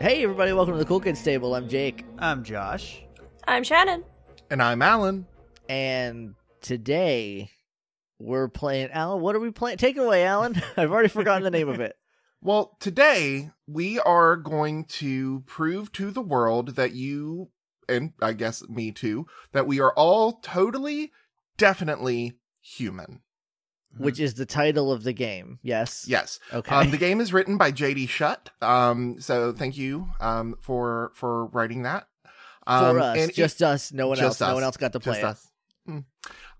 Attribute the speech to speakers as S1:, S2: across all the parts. S1: Hey, everybody, welcome to the Cool Kids Table. I'm Jake,
S2: I'm Josh.
S3: I'm Shannon.
S4: And I'm Alan.
S1: and today we're playing. Alan, what are we playing? Take it away, Alan. I've already forgotten the name of it.
S4: Well, today we are going to prove to the world that you, and I guess me too, that we are all totally, definitely human.
S1: Which is the title of the game. Yes.
S4: Yes.
S1: Okay.
S4: Um, the game is written by JD Shutt. Um, so thank you um, for for writing that.
S1: For
S4: Um,
S1: us,
S4: and it-
S1: just us. No one else.
S4: just
S1: No
S4: us.
S1: one else got to play
S4: Just
S1: it.
S4: us. Mm.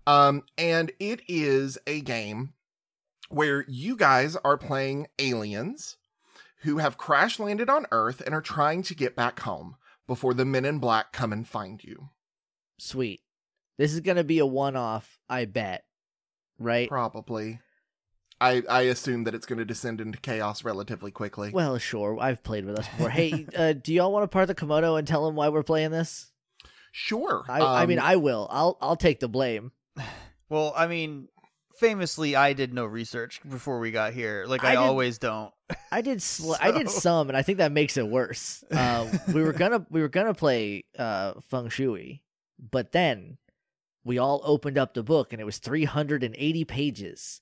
S4: Um, and it is a game where you guys are playing aliens who have crash landed on Earth and are trying to get back home before the men in black come and find you.
S1: Sweet. This is gonna be a one-off. I bet. Right.
S4: Probably. I I assume that it's going to descend into chaos relatively quickly.
S1: Well, sure. I've played with us before. Hey, uh, do y'all want to part the Komodo and tell him why we're playing this?
S4: sure.
S1: I, I mean,
S4: Um,
S1: I will. I'll I'll take the blame.
S2: Well, I mean, famously, I did no research before we got here. Like
S1: I
S2: I,
S1: did-
S2: always don't.
S1: I did sl- I did
S2: So-
S1: some, and I think that makes it worse. Uh, we were gonna we were gonna play uh, Feng Shui, but then we all opened up the book, and it was three hundred and eighty pages,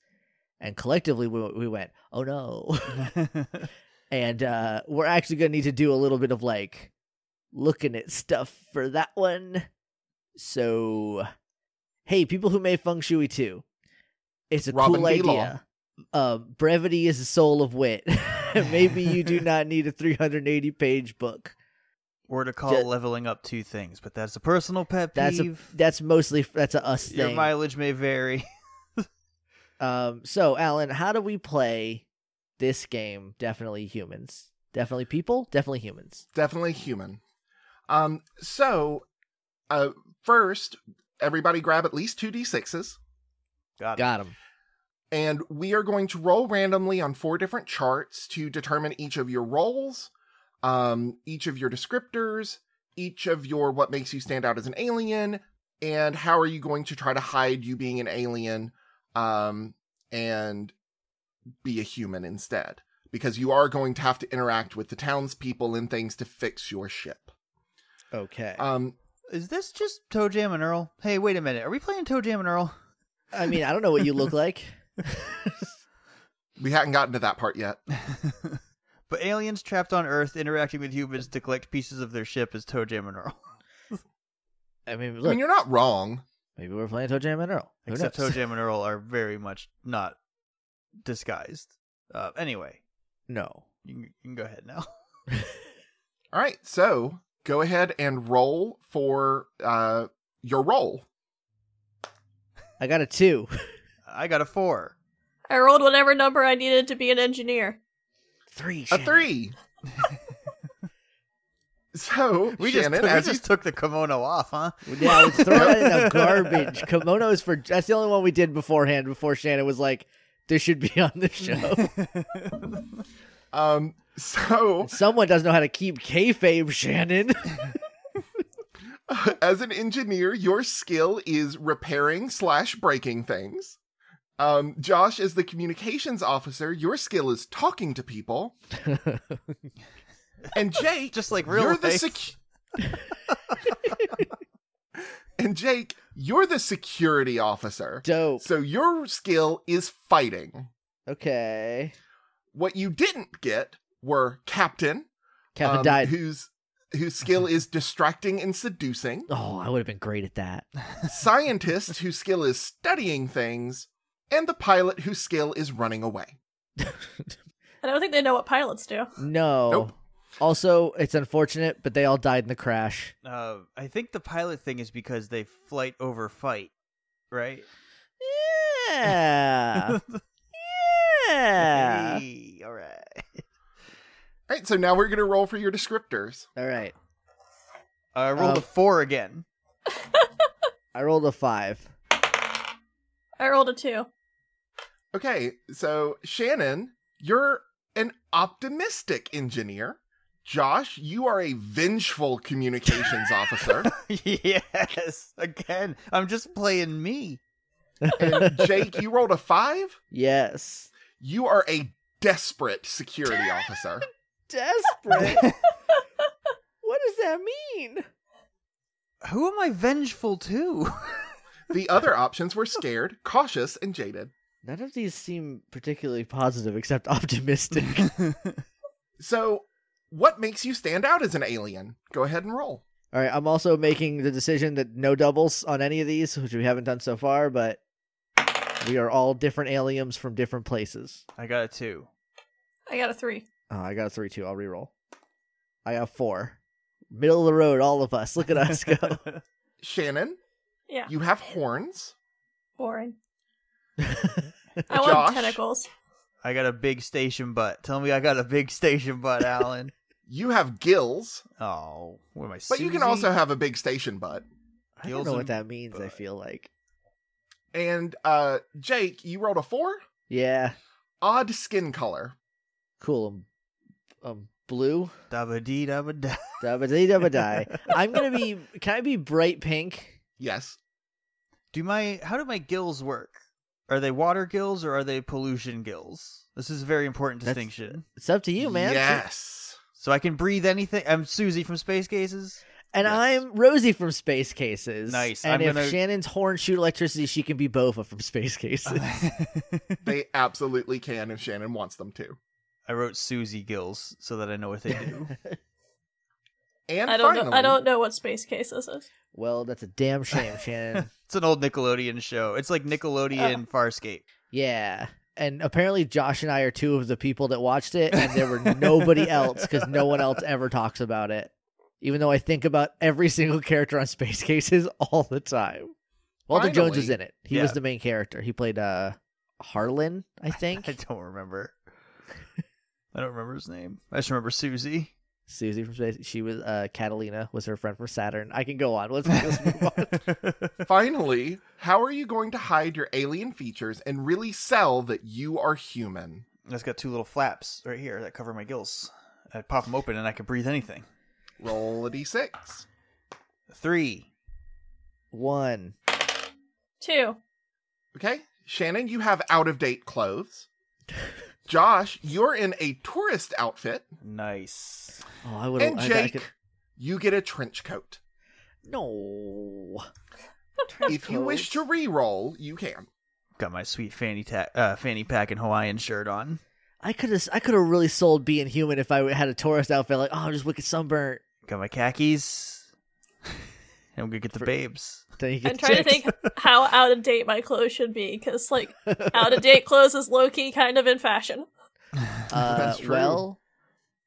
S1: and collectively we we went, oh no, and uh, we're actually gonna need to do a little bit of like looking at stuff for that one. So, hey, people who made Feng Shui too, it's a
S4: Robin
S1: cool
S4: B. Law.
S1: idea. Uh, brevity is the soul of wit. Maybe you do not need a 380 page book.
S2: Or to call
S1: Yeah.
S2: leveling up two things, but that's a personal pet
S1: That's a,
S2: peeve.
S1: that's mostly that's a us
S2: Your
S1: thing.
S2: mileage may vary.
S1: um, so, Alan, how do we play this game? Definitely humans. Definitely people. Definitely humans.
S4: definitely human. Um, so uh, first, everybody grab at least two d6s.
S2: Got it.
S1: Got him.
S4: and we are going to roll randomly on four different charts to determine each of your roles, um, each of your descriptors, each of your what makes you stand out as an alien, and how are you going to try to hide you being an alien um, and be a human instead. Because you are going to have to interact with the townspeople and things to fix your ship.
S1: Okay.
S4: Um,
S2: Is this just Toe Jam and Earl? Hey, wait a minute. Are we playing Toe Jam and Earl?
S1: I mean, I don't know what you look like.
S4: we hadn't gotten to that part yet.
S2: but aliens trapped on Earth interacting with humans to collect pieces of their ship is Toe Jam and Earl.
S1: I mean,
S4: I
S1: look,
S4: mean, you're not wrong.
S1: maybe we're playing Toe Jam and Earl. Who
S2: Except
S1: knows?
S2: Toe Jam and Earl are very much not disguised. Uh, anyway,
S1: No.
S2: you can, you can go ahead now.
S4: All right, so go ahead and roll for uh, your roll.
S1: I got a two.
S2: I got a four.
S3: I rolled whatever number I needed to be an engineer.
S1: Three.
S4: A
S1: Shannon.
S4: three. so
S2: We just,
S4: Shannon,
S2: took, we
S4: as
S2: just took the kimono off, huh?
S1: Yeah, let's throw that in the garbage. Kimonos for that's the only one we did beforehand. Before Shannon was like, "This should be on the show."
S4: you- um, so
S1: Someone doesn't know how to keep kayfabe, Shannon.
S4: as an engineer, your skill is repairing slash breaking things. Um, Josh is the communications officer. Your skill is talking to people. and Jake,
S2: just like real
S4: you're
S2: life.
S4: the sec- and Jake, you're the security officer.
S1: Dope.
S4: So your skill is fighting.
S1: Okay.
S4: What you didn't get were captain,
S1: Kevin
S4: um,
S1: died.
S4: whose whose skill is distracting and seducing,
S1: Oh, I would have been great at that.
S4: scientist whose skill is studying things, and the pilot whose skill is running away.
S3: I don't think they know what pilots do.
S1: No.
S4: Nope.
S1: Also, it's unfortunate, but they all died in the crash.
S2: uh, I think the pilot thing is because they flight over fight, right? Uh-huh.
S1: Yeah. yeah.
S2: Hey, all right.
S4: All right, so now we're gonna roll for your descriptors.
S1: All right.
S2: Uh, I rolled
S1: Um,
S2: a four again.
S1: I rolled a five.
S3: I rolled a two.
S4: Okay, so Shannon, you're an optimistic engineer. Josh, you are a vengeful communications officer.
S2: yes, again. I'm just playing me.
S4: And Jake, you rolled a five.
S1: Yes.
S4: You are a desperate security officer.
S1: Desperate. yeah, mean.
S2: Who am I vengeful to?
S4: The other options were scared, cautious, and jaded.
S1: None of these seem particularly positive except optimistic.
S4: So, what makes you stand out as an alien? Go ahead and roll.
S1: All right, I'm also making the decision that no doubles on any of these, which we haven't done so far, but we are all different aliens from different places.
S2: I got a two.
S3: I got a three.
S1: Oh, I got a 3 2. I'll reroll. I got four. Middle of the road, all of us. Look at us go.
S4: Shannon,
S3: Yeah.
S4: you have horns.
S3: Boring. I
S4: Josh?
S3: want tentacles.
S2: I got a big station butt. Tell me I got a big station butt, Alan.
S4: You have gills,
S2: oh, what am I?
S4: but you can
S2: Susie?
S4: also have a big station butt.
S1: I don't
S2: Gills
S1: know what
S2: and
S1: that means, I
S2: butt.
S1: feel like.
S4: And uh Jake, you rolled a 4?
S1: Yeah,
S4: Odd skin color.
S1: cool. I'm, I'm blue.
S2: dabba dee dabba da.
S1: Da-ba-dee-da-ba-die. I'm going to be. Can I be bright pink?
S4: Yes.
S2: Do my how do my gills work? Are they water gills or are they pollution gills? This is a very important
S1: That's-
S2: distinction.
S1: It's up to you, man.
S4: Yes.
S2: So I can breathe anything. I'm Susie from Space Gazes.
S1: And
S4: Yes.
S1: I'm Rosie from Space Cases.
S2: Nice.
S1: And
S2: I'm
S1: if
S2: gonna-
S1: Shannon's horn shoot electricity, she can be Bova from Space Cases.
S4: They absolutely can if Shannon wants them to.
S2: I wrote Susie gills so that I know what they do.
S4: And
S3: I don't
S4: finally,
S3: know. I don't know what space cases is.
S1: well, that's a damn shame, Shannon.
S2: it's an old Nickelodeon show. It's like Nickelodeon Farscape.
S1: Yeah. And apparently Josh and I are two of the people that watched it and there were nobody else cuz no one else ever talks about it. Even though I think about every single character on Space Cases all the time. Walter Jones was
S4: Finally.
S1: in it. He
S2: Yeah.
S1: was the main character. He played uh Harlan, I think.
S2: I don't remember. I don't remember his name. I just remember Susie.
S1: Susie from Space. She was uh Catalina was her friend from Saturn. I can go on. Let's, let's move on.
S4: finally, how are you going to hide your alien features and really sell that you are human?
S2: I just got two little flaps right here that cover my gills. I pop them open and I can breathe anything.
S4: Roll a d6.
S2: Three.
S1: One.
S3: Two.
S4: Okay? Shannon, you have out of date clothes. Josh, you're in a tourist outfit.
S2: Nice.
S1: Oh, I would
S4: And
S1: I, I
S4: Jake,
S1: could...
S4: you get a trench coat.
S1: No.
S4: if you wish to re-roll, you can.
S2: Got my sweet fanny ta- uh, fanny pack and Hawaiian shirt on.
S1: I could have I could have really sold being human if I had a tourist outfit like, "Oh, I'm just wicked sunburnt."
S2: Got my khakis. and I'm gonna get the
S1: For-
S2: babes.
S1: Then you get
S3: I'm trying to
S1: checked.
S3: think how out of date my clothes should be, because like out of date clothes is low key kind of in fashion.
S1: Uh,
S4: That's true.
S1: Well,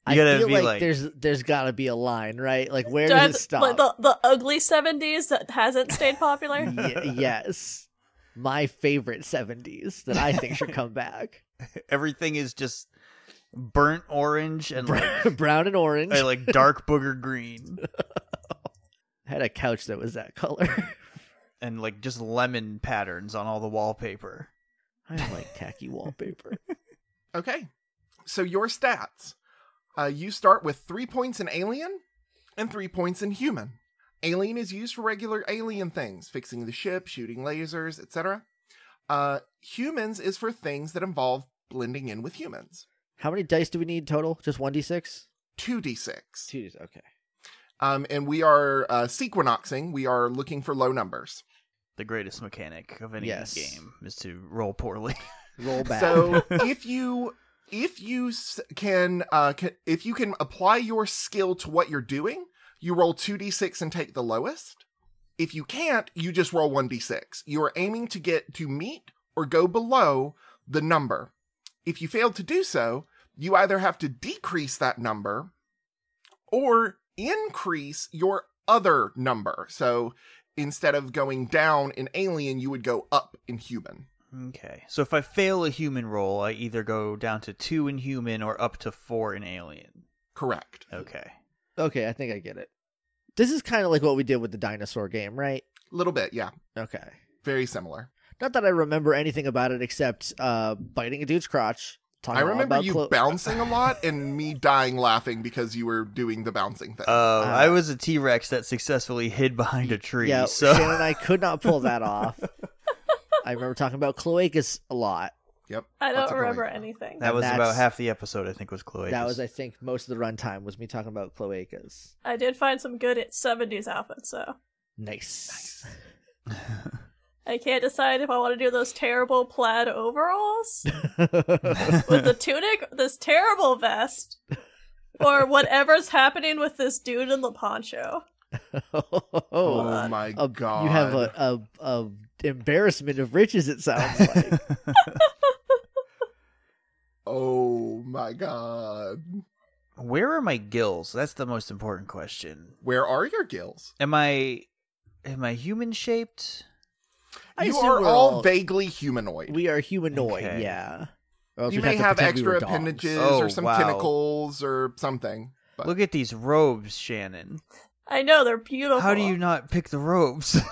S1: I
S2: You gotta
S1: feel
S2: be
S1: like,
S2: like-
S1: there's there's gotta be a line, right? Like where
S3: Do I have
S1: does it stop?
S3: th- Like the, the ugly seventies that hasn't stayed popular.
S1: Ye- yes, my favorite seventies that I think should come back:
S2: Everything is just burnt orange and like,
S1: Br- brown and orange.
S2: uh, like dark booger green
S1: I had a couch that was that color.
S2: and like just lemon patterns on all the wallpaper.
S1: I don't like tacky wallpaper.
S4: Okay. So your stats. Uh, you start with three points in alien and three points in human. Alien is used for regular alien things, fixing the ship, shooting lasers, etc. Uh, humans is for things that involve blending in with humans.
S1: How many dice do we need total? Just one d six.
S4: 2d6.
S1: Two d Okay.
S4: Um, and we are uh, sequinoxing. We are looking for low numbers.
S2: The greatest mechanic of any
S1: Yes.
S2: game is to roll poorly.
S1: Roll back.
S4: So if you if you s- can, uh, can if you can apply your skill to what you're doing, you roll two d6 and take the lowest. If you can't, you just roll one d6. You are aiming to get to meet or go below the number. If you fail to do so, you either have to decrease that number or increase your other number. So instead of going down in alien, you would go up in human.
S2: Okay. So if I fail a human roll, I either go down to two in human or up to four in alien.
S4: Correct.
S2: Okay.
S1: okay, I think I get it. This is kind of like what we did with the dinosaur game, right?
S4: little bit, yeah.
S1: Okay.
S4: Very similar.
S1: Not that I remember anything about it except uh, biting a dude's crotch. Talking
S4: I
S1: all
S4: remember
S1: about
S4: you
S1: clo-
S4: bouncing a lot and me dying laughing because you were doing the bouncing thing.
S2: Uh, I was a T Rex that successfully hid behind a tree.
S1: Yeah,
S2: so
S1: Shannon and I could not pull that off. I remember talking about cloacas a lot.
S4: Yep.
S3: I
S4: Lots
S3: don't
S4: of
S3: remember
S4: cloaca.
S3: anything.
S1: And
S2: That was about
S1: that's-
S2: half the episode, I think, was Chloe.
S1: That was, I think, most of the runtime was me talking about cloacas.
S3: I did find some good at 70s outfits, so
S1: Nice.
S3: I can't decide if I want to do those terrible plaid overalls with the tunic, this terrible vest, or whatever's happening with this dude in the poncho.
S4: Oh,
S1: oh,
S3: God.
S4: my
S1: a-
S4: god!
S1: you have a, a a embarrassment of riches. It sounds like.
S4: Oh my god!
S2: Where are my gills? That's the most important question.
S4: Where are your gills?
S2: Am I am I human shaped?
S1: I
S4: you
S1: assume
S4: are
S1: we're
S4: all vaguely humanoid.
S1: We are humanoid,
S2: Okay.
S1: yeah. Or else
S4: you
S1: we'd
S4: may
S1: to
S4: have,
S1: pretend we
S4: extra
S1: were dogs.
S4: appendages
S2: Oh,
S4: or some
S2: wow.
S4: tentacles or something. But
S2: Look at these robes, Shannon.
S3: I know they're beautiful.
S2: How do you not pick the robes?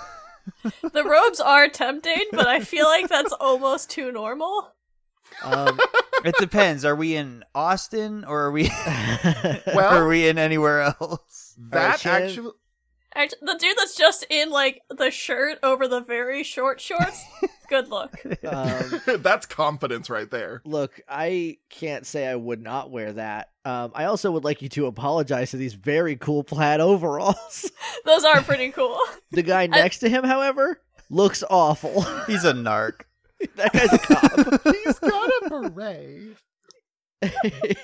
S3: The robes are tempting, but I feel like that's almost too normal.
S1: Um,
S2: it depends. Are we in Austin or are we
S4: Well-
S2: are we in anywhere else?
S1: Alright,
S4: that
S1: Shannon.
S4: actually,
S3: Act- the dude that's just in like the shirt over the very short shorts. good look.
S1: um,
S4: that's confidence right there.
S1: look, I can't say I would not wear that. Um, I also would like you to apologize to these very cool plaid overalls.
S3: Those are pretty cool.
S1: the guy next to him, however, looks awful.
S2: He's a narc.
S1: that guy's a cop.
S4: He's got a beret.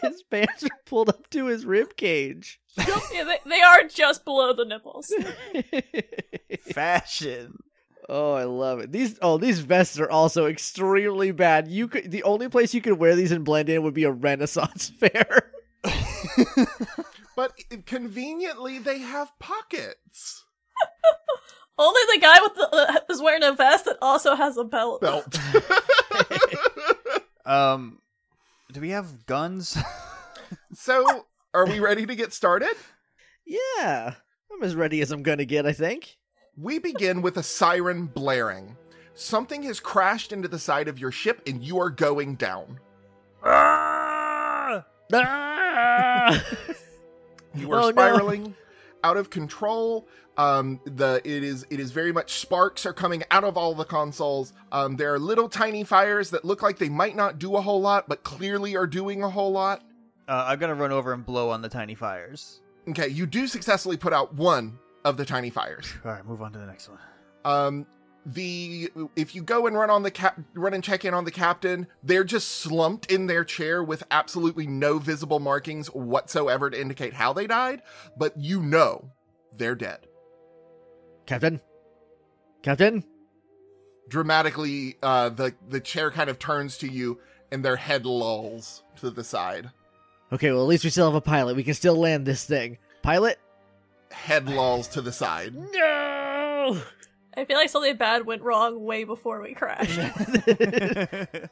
S1: his pants are pulled up to his rib cage.
S3: yeah, they, they are just below the nipples.
S2: Fashion.
S1: Oh, I love it. These oh, these vests are also extremely bad. You could the only place you could wear these and blend in would be a Renaissance fair.
S4: But conveniently, they have pockets.
S3: Only the guy with the uh, is wearing a vest that also has a belt.
S4: Belt.
S2: Um do we have guns? Uh,
S4: so, are we ready to get started?
S1: yeah. I'm as ready as I'm gonna get, I think.
S4: We begin with a siren blaring. Something has crashed into the side of your ship and you are going down.
S2: Ah!
S1: Ah!
S4: You are
S1: Oh, no.
S4: spiraling out of control. Um, the it is it is very much sparks are coming out of all the consoles. Um, there are little tiny fires that look like they might not do a whole lot, but clearly are doing a whole lot.
S2: Uh, I'm gonna run over and blow on the tiny fires.
S4: Okay, you do successfully put out one of the tiny fires.
S2: All right, move on to the next one.
S4: Um, the if you go and run on the cap, run and check in on the captain, they're just slumped in their chair with absolutely no visible markings whatsoever to indicate how they died. But you know they're dead.
S1: Captain. Captain?
S4: Dramatically, uh, the the chair kind of turns to you, and their head lolls to the side.
S1: Okay, well at least we still have a pilot. We can still land this thing. Pilot?
S4: Head lolls to the side.
S1: No
S3: I feel like something bad went wrong way before we crashed.
S2: Uh, I-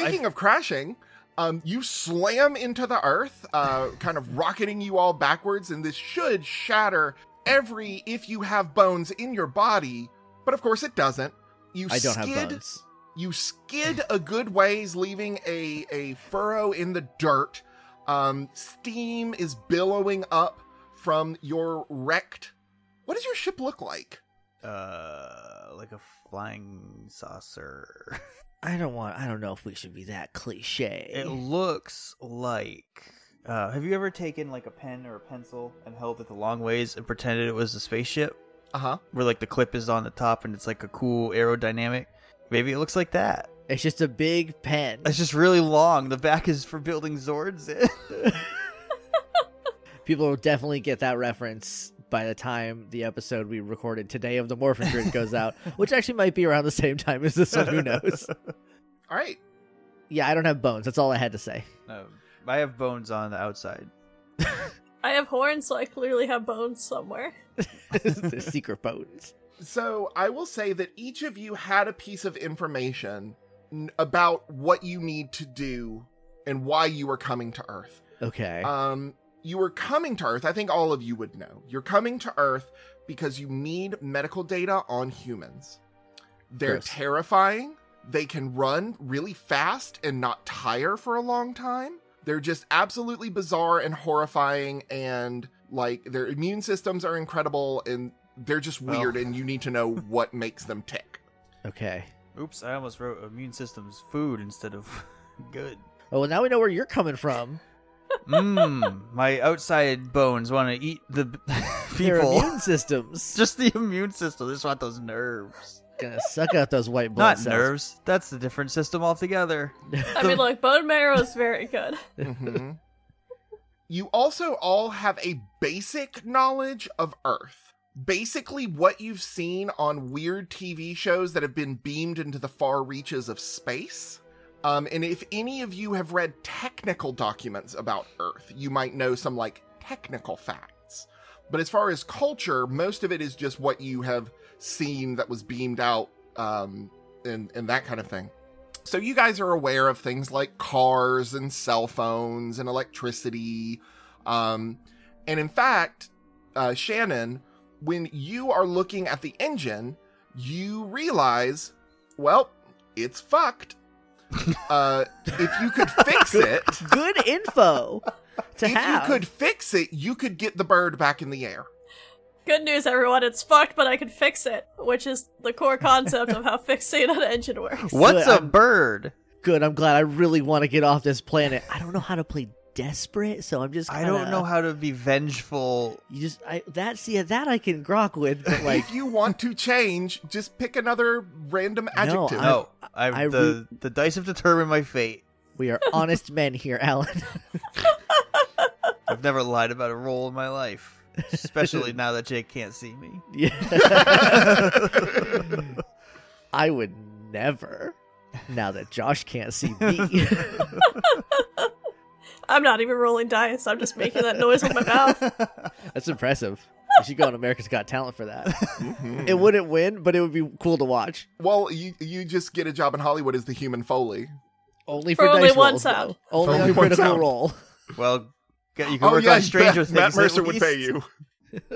S4: Speaking of crashing, um, you slam into the earth, uh, kind of rocketing you all backwards, and this should shatter every if you have bones in your body, but of course it doesn't. You
S1: I don't have
S4: skid,
S1: buns.
S4: You skid a good ways, leaving a a furrow in the dirt. Um, steam is billowing up from your wrecked. What does your ship look like?
S2: uh, like a flying saucer.
S1: I don't want I don't know if we should be that cliche.
S2: It looks like. Uh, have you ever taken like a pen or a pencil and held it the long ways and pretended it was a spaceship,
S4: Uh huh.
S2: where like the clip is on the top and it's like a cool aerodynamic? Maybe it looks like that.
S1: it's just a big pen.
S2: It's just really long. The back is for building Zords. in.
S1: people will definitely get that reference by the time the episode we recorded today of the Morphin Grid goes out, which actually might be around the same time as this one. Who knows?
S4: All right.
S1: Yeah, I don't have bones. That's all I had to say.
S2: Um, I have bones on the outside.
S3: I have horns, so I clearly have bones somewhere.
S1: the secret bones.
S4: So I will say that each of you had a piece of information n- about what you need to do and why you are coming to Earth.
S1: Okay.
S4: Um, you were coming to Earth. I think all of you would know. You're coming to Earth because you need medical data on humans. They're
S1: Gross.
S4: terrifying. They can run really fast and not tire for a long time. They're just absolutely bizarre and horrifying, and like their immune systems are incredible, and they're just
S2: Well.
S4: weird, and you need to know what makes them tick.
S1: okay.
S2: Oops, I almost wrote immune system's food instead of good.
S1: Oh, well, now we know where you're coming from.
S2: Mmm, my outside bones want to eat the b-
S1: Their
S2: people.
S1: immune systems.
S2: Just the immune system. They just want those nerves.
S1: gonna suck out those white blood
S2: Not
S1: cells.
S2: nerves. That's the different system altogether.
S3: I mean, look, bone marrow is very good.
S4: Mhm. you also all have a basic knowledge of Earth. Basically, what you've seen on weird TV shows that have been beamed into the far reaches of space. Um, and if any of you have read technical documents about Earth, you might know some like technical facts. But as far as culture, most of it is just what you have seen that was beamed out um, and, and that kind of thing. So you guys are aware of things like cars and cell phones and electricity. Um, and in fact, uh, Shannon, when you are looking at the engine, you realize, well, it's fucked. uh, if you could fix it,
S1: Good info to
S4: if
S1: have.
S4: you could fix it, you could get the bird back in the air.
S3: Good news, everyone. It's fucked, but I can fix it, which is the core concept of how fixing an engine works.
S2: What's
S1: Good,
S2: a
S1: I'm-
S2: bird?
S1: Good. I'm glad. I really want to get off this planet. I don't know how to play desperate, so I'm just.
S2: I
S1: kinda-
S2: don't know how to be vengeful.
S1: You just. I that see that I can grok with, but like.
S4: if you want to change, just pick another random
S1: No,
S4: adjective.
S1: I'm-
S2: No, I,
S1: I
S2: the the dice have determined my fate.
S1: We are honest men here, Alan.
S2: I've never lied about a roll in my life, especially now that Jake can't see me.
S1: Yeah. I would never. Now that Josh can't see me,
S3: I'm not even rolling dice. I'm just making that noise with my mouth.
S1: that's impressive. You should go on America's Got Talent for that.
S4: Mhm.
S1: It wouldn't win, but it would be cool to watch.
S4: Well, you you just get a job in Hollywood as the human Foley.
S1: Only for,
S3: For only
S1: dice
S3: one
S1: rolls,
S3: sound.
S1: though. Only,
S4: only
S1: on
S4: one
S1: critical
S4: sound.
S1: roll.
S2: Well, g-
S4: Oh,
S2: you can
S1: Oh,
S2: work on Stranger
S4: Matt,
S2: Things.
S4: Matt
S2: at
S4: Mercer would pay
S2: least.
S4: you.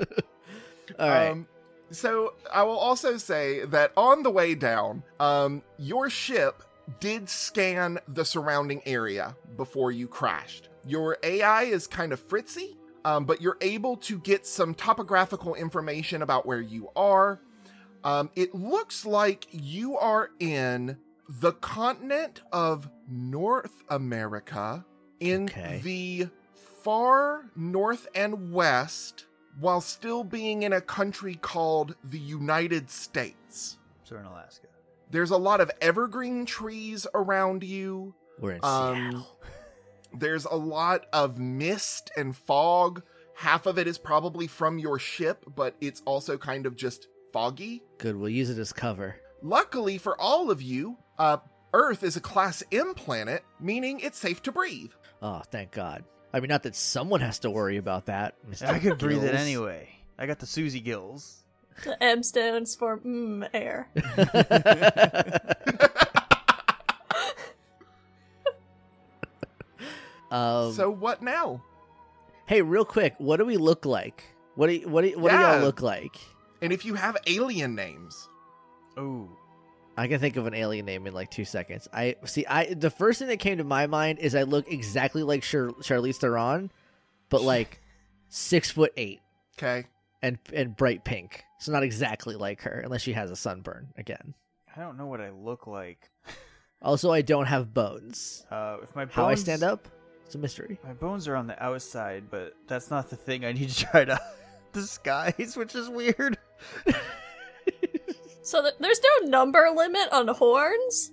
S1: All right.
S4: Um, so I will also say that on the way down, um, your ship did scan the surrounding area before you crashed. Your AI is kind of fritzy, um, but you're able to get some topographical information about where you are. Um, it looks like you are in the continent of North America in
S1: Okay.
S4: the far north and west while still being in a country called the United States.
S2: So we're in Alaska.
S4: There's a lot of evergreen trees around you.
S1: We're in
S4: Um, there's a lot of mist and fog. Half of it is probably from your ship, but it's also kind of just foggy.
S1: Good. We'll use it as cover.
S4: Luckily for all of you, uh, Earth is a class M planet, meaning it's safe to breathe.
S1: Oh, thank God. I mean, not that someone has to worry about that. Mr.
S2: I could breathe it
S1: Gills.
S2: anyway. I got the Susie gills.
S3: The M stands for mmm air.
S1: um,
S4: so what now?
S1: hey, real quick, what do we look like? What do y- what do, y- what do
S4: Yeah.
S1: y'all look like?
S4: And if you have alien names,
S2: Ooh.
S1: I can think of an alien name in like two seconds. I see. I the first thing that came to my mind is I look exactly like Char- Charlize Theron, but like six foot eight
S4: okay?
S1: and and bright pink. So not exactly like her, unless she has a sunburn again.
S2: I don't know what I look like.
S1: Also, I don't have bones.
S2: Uh, if my bones,
S1: How I stand up? It's a mystery.
S2: My bones are on the outside, but that's not the thing I need to try to disguise, which is weird.
S3: So th- there's no number limit on horns.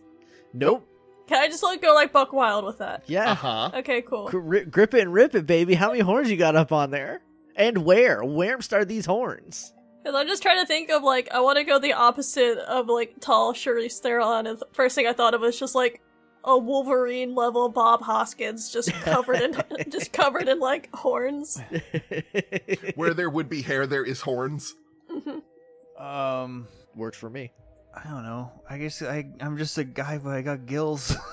S1: Nope.
S3: Can I just like go like Buck Wild with that?
S1: Yeah.
S4: Uh huh.
S3: Okay, cool.
S1: Gri- grip it and rip it, baby. How many horns you got up on there? And where? Where start these horns?
S3: Because I'm just trying to think of like I want to go the opposite of like tall Charlize Theron, and the first thing I thought of was just like a Wolverine level Bob Hoskins, just covered in just covered in like horns.
S4: Where there would be hair, there is horns.
S3: Mhm.
S2: Um,
S1: Worked for me.
S2: I don't know. I guess I I'm just a guy, but I got gills.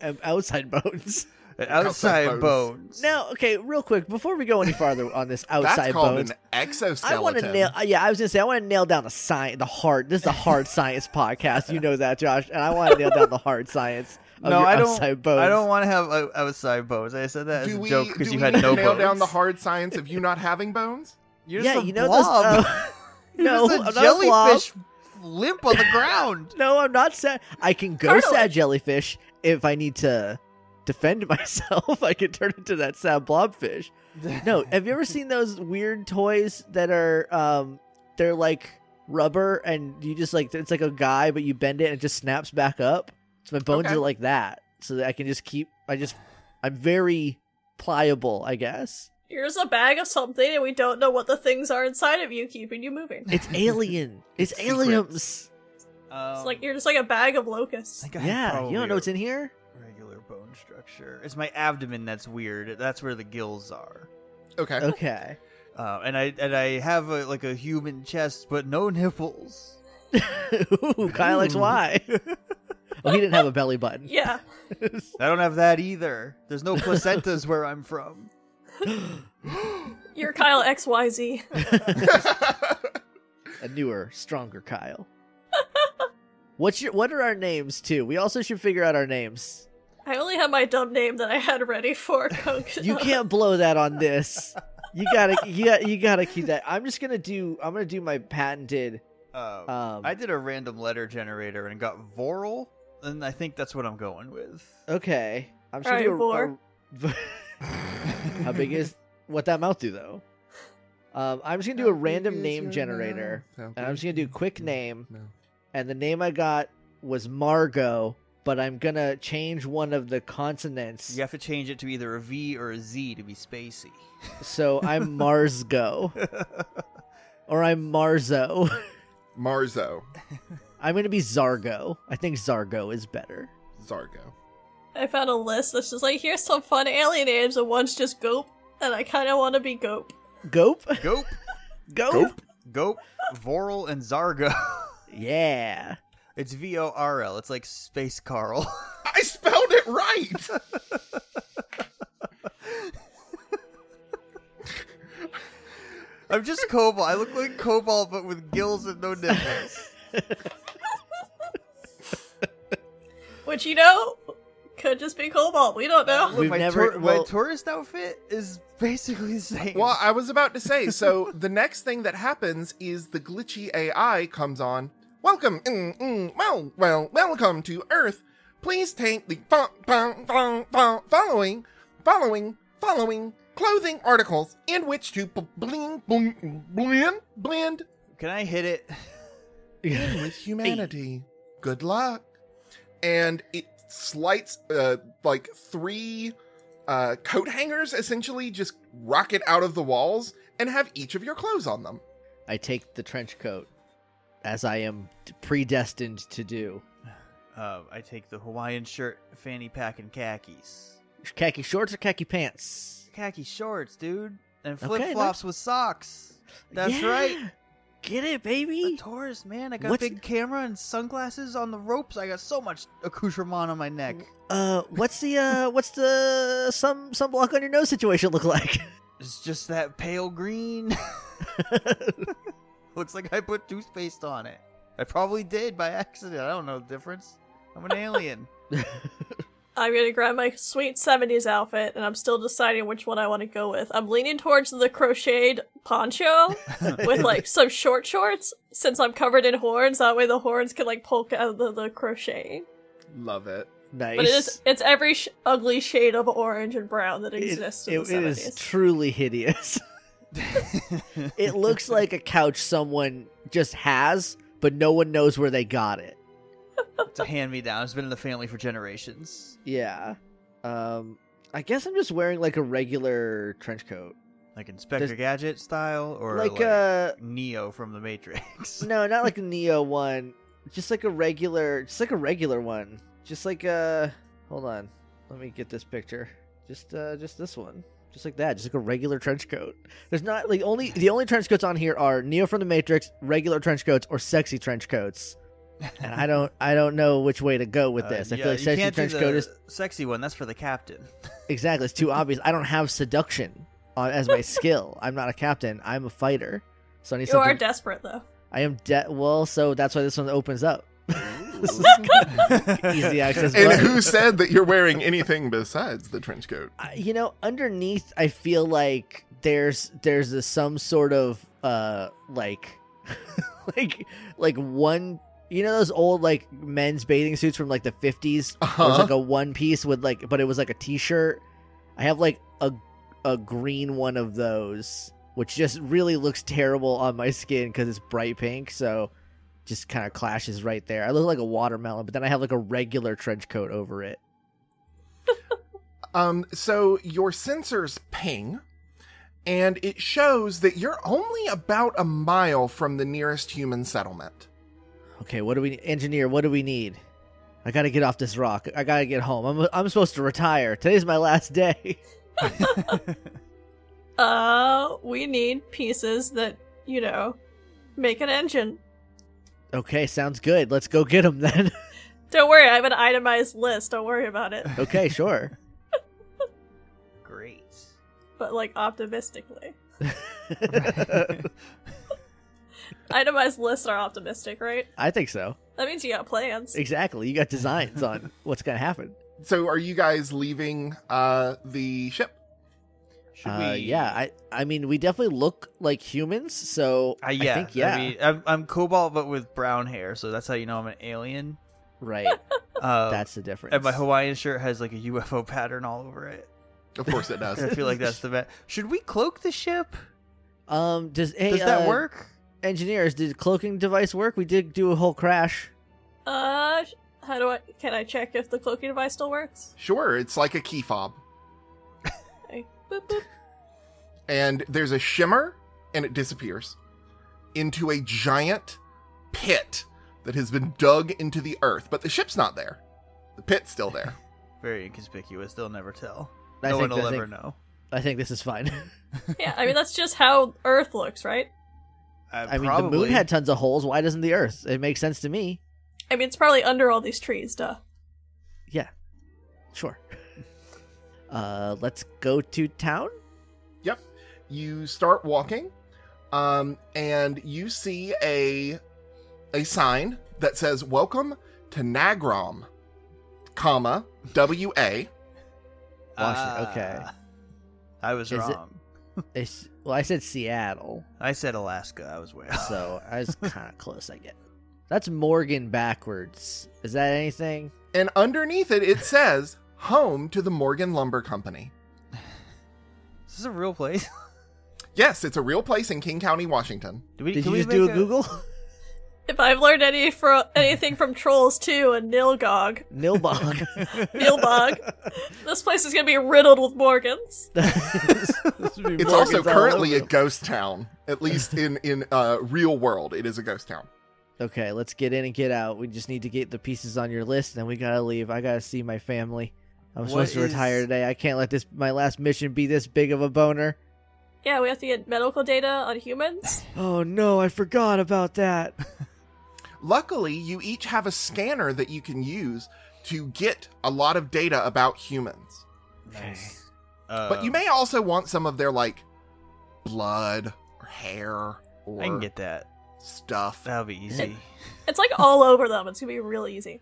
S1: Um, Outside bones.
S2: And
S4: Outside
S2: outside
S4: bones.
S2: bones.
S1: Now, okay, real quick, before we go any farther on this outside
S4: That's called
S1: Oh, bones,
S4: an exoskeleton.
S1: I want to nail. uh, Yeah, I was gonna say I want to nail down the science, the hard. This is a hard science podcast. You know that, Josh, and I want to nail down the hard science. Of
S2: no,
S1: your
S2: I don't.
S1: outside bones.
S2: I don't want to have uh, outside bones. I said that as
S4: do
S2: a
S4: we,
S2: joke
S4: do
S2: because you
S4: we
S2: had
S4: need
S2: no
S4: to nail
S2: bones.
S4: down the hard science of you not having bones?
S2: You're
S1: yeah,
S2: just a
S1: you know
S2: blob.
S1: those. uh,
S2: You're
S1: no,
S2: just a
S1: I'm not a blob.
S2: jellyfish limp on the ground.
S1: No, I'm not sad. I can go
S3: Cartilage.
S1: sad jellyfish if I need to defend myself. I can turn into that sad blobfish.
S2: Um,
S1: No, have you ever seen those weird toys that are um they're like rubber and you just like it's like a guy but you bend it and it just snaps back up. So my bones
S4: Okay.
S1: are like that. So that I can just keep I just I'm very pliable, I guess.
S3: Here's a bag of something, and we don't know what the things are inside of you, keeping you moving.
S1: It's alien. it's
S2: Secrets.
S1: aliens.
S2: Um,
S3: It's like you're just like a bag of locusts.
S2: I think I have
S1: Yeah,
S2: probably
S1: you don't know
S2: a
S1: what's in here?
S2: Regular bone structure. It's my abdomen that's weird. That's where the gills are.
S4: Okay.
S1: Okay.
S2: Uh, and I and I have a, like a human chest, but no nipples.
S1: Ooh, Kyle likes
S2: Ooh.
S1: why. well, he didn't have a belly button.
S3: Yeah.
S2: I don't have that either. There's no placentas where I'm from.
S3: You're Kyle XYZ.
S1: a newer, stronger Kyle. What's your what are our names too? We also should figure out our names.
S3: I only had my dumb name that I had ready for Coke.
S1: You can't blow that on this. You gotta you gotta, you gotta keep that. I'm just gonna do I'm gonna do my patented
S2: Um,
S1: um
S2: I did a random letter generator and got Voral, and I think that's what I'm going with.
S1: Uh, Okay. I'm
S3: All
S1: sure
S3: right,
S1: you
S3: Vor.
S1: How big is what that mouth do though? Um, I'm just gonna do a random name generator. And I'm just gonna do quick name,
S4: No.
S1: and the name I got was Margot, but I'm gonna change one of the consonants.
S2: You have to change it to either a V or a Z to be spacey.
S1: So I'm Marsgo, or I'm Marzo.
S4: Marzo,
S1: I'm gonna be Zargo. I think Zargo is better.
S4: Zargo.
S3: I found a list that's just like, here's some fun alien names, and one's just Gope, and I kind of want to be Gope.
S1: Gope,
S2: Gope,
S1: Gope.
S2: Gope, Voral, and Zargo.
S1: Yeah.
S2: It's V O R L. It's like Space Carl.
S4: I spelled it right.
S2: I'm just Cobalt. I look like Cobalt, but with gills and no nipples.
S3: Which, you know, could just be Cobalt. We don't know.
S1: We've
S2: my
S1: never-
S2: tour- my
S1: well-
S2: tourist outfit is basically the same.
S4: well, I was about to say. So the next thing that happens is the glitchy AI comes on. Welcome, mm, mm, well, well, welcome to Earth. Please take the fo- fo- fo- fo- following, following, following clothing articles in which to b- blend, blend, blend, blend
S2: Can I hit it?
S4: in with humanity. Good luck. And it slights uh, like three uh, coat hangers essentially just rocket out of the walls and have each of your clothes on them.
S1: I take the trench coat, as I am predestined to do.
S2: Um, I take the Hawaiian shirt, fanny pack, and khakis.
S1: Khaki shorts or khaki pants?
S2: Khaki shorts, dude, and
S1: Okay,
S2: flip flops with socks. That's
S1: Yeah.
S2: right.
S1: Get it,
S2: A
S1: baby.
S2: tourist, man. I got a
S1: What's-
S2: big camera and sunglasses on the ropes. I got so much accoutrement on my neck.
S1: Uh, what's the uh, what's the some sunblock on your nose situation look like?
S2: It's just that pale green. Looks like I put toothpaste on it. I probably did by accident. I don't know the difference. I'm an alien.
S3: I'm gonna grab my sweet 70s outfit, and I'm still deciding which one I want to go with. I'm leaning towards the crocheted poncho with like some short shorts, since I'm covered in horns. That way, the horns can like poke out of the, the crocheting.
S4: Love it.
S1: nice.
S3: But it is it's every sh- ugly shade of orange and brown that
S1: It-
S3: exists in
S1: it-
S3: the
S1: it
S3: 70s.
S1: is truly hideous. it looks like a couch someone just has, but no one knows where they got it.
S2: It's a hand me down. It's been in the family for generations.
S1: Yeah. Um, I guess I'm just wearing like a regular trench coat,
S2: Like Inspector
S1: Does-
S2: Gadget style or
S1: like,
S2: like,
S1: uh,
S2: Neo from the Matrix.
S1: no, not like a Neo one, just like a regular, just like a regular one, just like uh, hold on, let me get this picture, just uh, just this one. Just like that, just like a regular trench coat. There's not like only the only trench coats on here are Neo from the Matrix, regular trench coats, or sexy trench coats. and I don't I don't know which way to go with
S2: Uh,
S1: this. I
S2: yeah,
S1: feel like
S2: you
S1: sexy
S2: can't do
S1: trench
S2: the
S1: coat is
S2: sexy one. That's for the captain.
S1: exactly it's too obvious. I don't have seduction on, as my skill. I'm not a captain. I'm a fighter, so I need
S3: You are
S1: something.
S3: desperate though.
S1: I am de- well, so that's why this one opens up. This is easy access.
S4: And
S1: button.
S4: who said that you're wearing anything besides the trench coat?
S1: I- you know underneath i feel like there's there's a, some sort of uh like like like one you know those old like men's bathing suits from like the 50s It was
S4: Uh-huh.
S1: like a one piece with like but it was like a t-shirt i have like a a green one of those which just really looks terrible on my skin because it's bright pink so just kind of clashes right there i look like a watermelon but then i have like a regular trench coat over it
S4: Um, so your sensors ping, and it shows that you're only about a mile from the nearest human settlement.
S1: okay what do we engineer what do we need i gotta get off this rock i gotta get home i'm, I'm supposed to retire today's my last day
S3: Uh, we need pieces that, you know, make an engine.
S1: okay sounds good let's go get him then
S3: Don't worry, I have an itemized list. Don't worry about it.
S1: okay sure
S2: Great.
S3: But, like, optimistically.
S1: Uh,
S3: Itemized lists are optimistic, right?
S1: I think so.
S3: That means you got plans.
S1: Exactly. You got designs on what's going to happen.
S4: So are you guys leaving uh the ship?
S2: Should
S1: Uh,
S2: we?
S1: yeah, I I mean, we definitely look like humans, so
S2: Uh, yeah,
S1: I think yeah,
S2: I mean, I'm, I'm cobalt, but with brown hair, so that's how you know I'm an alien.
S1: right.
S2: Uh,
S1: That's the difference.
S2: and my Hawaiian shirt has like a UFO pattern all over it.
S4: Of course it does.
S2: I feel like that's the best. Should we cloak the ship?
S1: um, does hey,
S2: Does that
S1: uh,
S2: work?
S1: Engineers, did cloaking device work? We did do a whole crash.
S3: Uh, sh- how do I. Can I check if the cloaking device still works?
S4: Sure, it's like a key fob.
S3: Okay. Boop, boop.
S4: And there's a shimmer and it disappears into a giant pit that has been dug into the earth, but the ship's not there. The pit's still there.
S2: Very inconspicuous. They'll never tell.
S1: I
S2: no
S1: think
S2: one will
S1: I
S2: ever
S1: think-
S2: know.
S1: I think this is fine.
S3: Yeah, I mean, that's just how Earth looks, right?
S2: Uh,
S1: I mean,
S2: probably.
S1: the moon had tons of holes. Why doesn't the Earth? It makes sense to me.
S3: I mean, it's probably under all these trees, duh.
S1: Yeah, sure. Uh, let's go to town.
S4: Yep. You start walking, um, and you see a a sign that says "Welcome to Nagrom, comma W A."
S1: Washington, okay.
S2: uh, I was
S1: Is it-
S2: wrong.
S1: It's, well, I said Seattle.
S2: I said Alaska. I was way off.
S1: so I was kind of close, I guess. That's Morgan backwards. Is that anything?
S4: And underneath it, it says "Home to the Morgan Lumber Company."
S2: Is this a real place?
S4: Yes, it's a real place in King County, Washington.
S2: Do we,
S1: Did
S2: can
S1: you
S2: we
S1: just do a,
S2: make
S1: Google?
S3: If I've learned any from anything from Trolls 2 and Nilgog,
S1: Nilbog.
S3: Nilbog, this place is gonna be riddled with Morgans.
S4: It's also currently a ghost town, at least in in uh, real world. It is a ghost town.
S1: Okay, let's get in and get out. We just need to get the pieces on your list, and we gotta leave. I gotta see my family. I'm
S2: What
S1: supposed to retire
S2: is-
S1: today. I can't let this my last mission be this big of a boner.
S3: Yeah, we have to get medical data on humans.
S1: Oh no, I forgot about that.
S4: Luckily, you each have a scanner that you can use to get a lot of data about humans.
S2: Nice. Uh,
S4: But you may also want some of their like blood or hair or
S2: I can get that.
S4: stuff.
S2: That'll be easy.
S3: It's like all over them. It's gonna be real easy.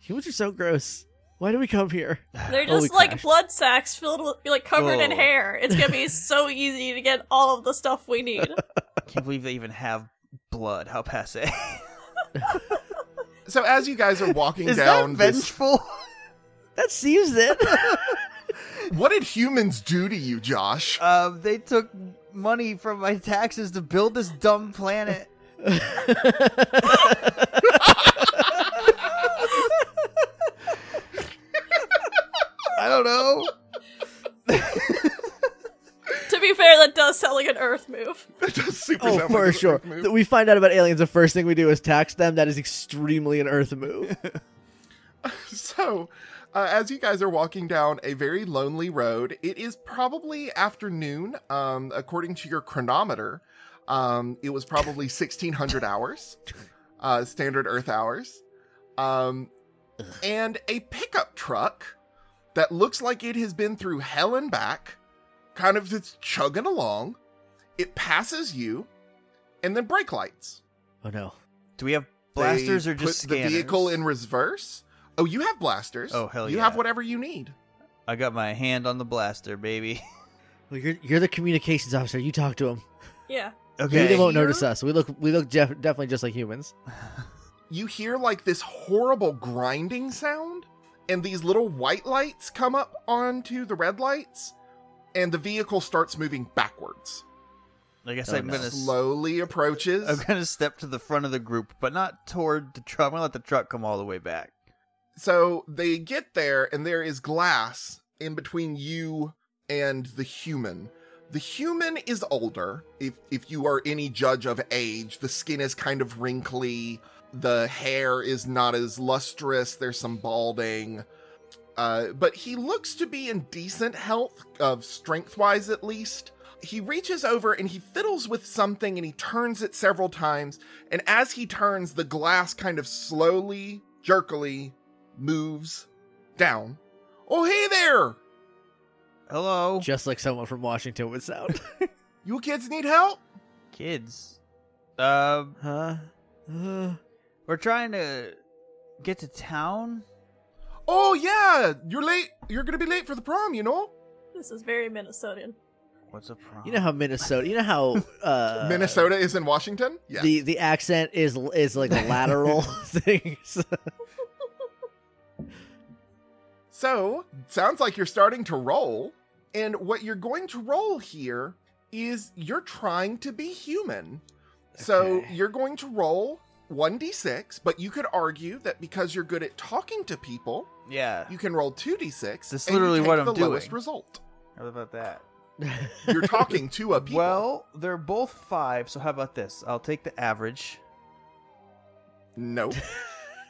S1: Humans are so gross. Why do we come here?
S3: They're
S1: Oh, we
S3: just like
S1: crashed.
S3: blood sacks filled with like covered in
S1: Oh.
S2: Whoa.
S3: hair. It's gonna be so easy to get all of the stuff we need.
S2: can't believe they even have blood. How passe.
S4: So as you guys are walking
S2: Is that
S4: down this,
S2: vengeful?
S1: That seems it.
S4: what did humans do to you, Josh?
S2: um, they took money from my taxes to build this dumb planet. I don't know.
S3: to be fair, that does sound like an Earth move.
S4: That does super
S1: Oh,
S4: sound like
S1: for
S4: an
S1: sure.
S4: Earth move.
S1: Th- We find out about aliens. The first thing we do is tax them. That is extremely an Earth move.
S4: So, uh, as you guys are walking down a very lonely road, it is probably afternoon, um, according to your chronometer. Um, it was probably 1600 hours, uh, standard Earth hours. Um, and a pickup truck that looks like it has been through hell and back, kind of just chugging along. It passes you, and then brake lights.
S1: oh no.
S2: Do we have
S4: They
S2: blasters or just
S4: put the
S2: scanners?
S4: vehicle in reverse. Oh, you have blasters.
S2: Oh, hell
S4: You
S2: yeah.
S4: have whatever you need.
S2: I got my hand on the blaster, baby.
S1: Well, you're you're the communications officer. You talk to him.
S3: Yeah.
S1: Maybe
S2: Okay.
S1: they won't
S3: Here?
S1: notice us. We look we look def- definitely just like humans.
S4: you hear like this horrible grinding sound, and these little white lights come up onto the red lights, and the vehicle starts moving backwards.
S2: I guess
S1: Oh,
S2: I'm
S1: no.
S2: gonna s-
S4: Slowly approaches.
S2: I'm gonna step to the front of the group, but not toward the truck. I'm gonna let the truck come all the way back.
S4: So they get there, and there is glass in between you and the human. The human is older. If if you are any judge of age, the skin is kind of wrinkly. The hair is not as lustrous. There's some balding. Uh, but he looks to be in decent health, of strength wise at least. He reaches over and he fiddles with something and he turns it several times. And as he turns, the glass kind of slowly, jerkily moves down. Oh, hey there!
S2: Hello,
S1: Just like someone from Washington would sound.
S4: You kids need help?
S2: kids. Um,
S1: huh? Uh,
S2: we're trying to get to town.
S4: Oh, yeah, you're late. You're gonna be late for the prom, you know?
S3: This is very Minnesotan.
S2: What's a problem?
S1: you know how Minnesota. You know how uh,
S4: Minnesota is in Washington? Yeah.
S1: The the accent is is like the lateral thing. So-
S4: So, sounds like you're starting to roll. And what you're going to roll here is you're trying to be human. So,
S1: Okay.
S4: you're going to roll 1d6, but you could argue that because you're good at talking to people,
S2: yeah.
S4: you can roll 2d6.
S2: That's
S4: and you
S2: literally
S4: take
S2: what I'm
S4: the lowest
S2: doing.
S4: result.
S2: How about that?
S4: You're talking to a people.
S2: Well, they're both five, so how about this? I'll take the average.
S4: nope.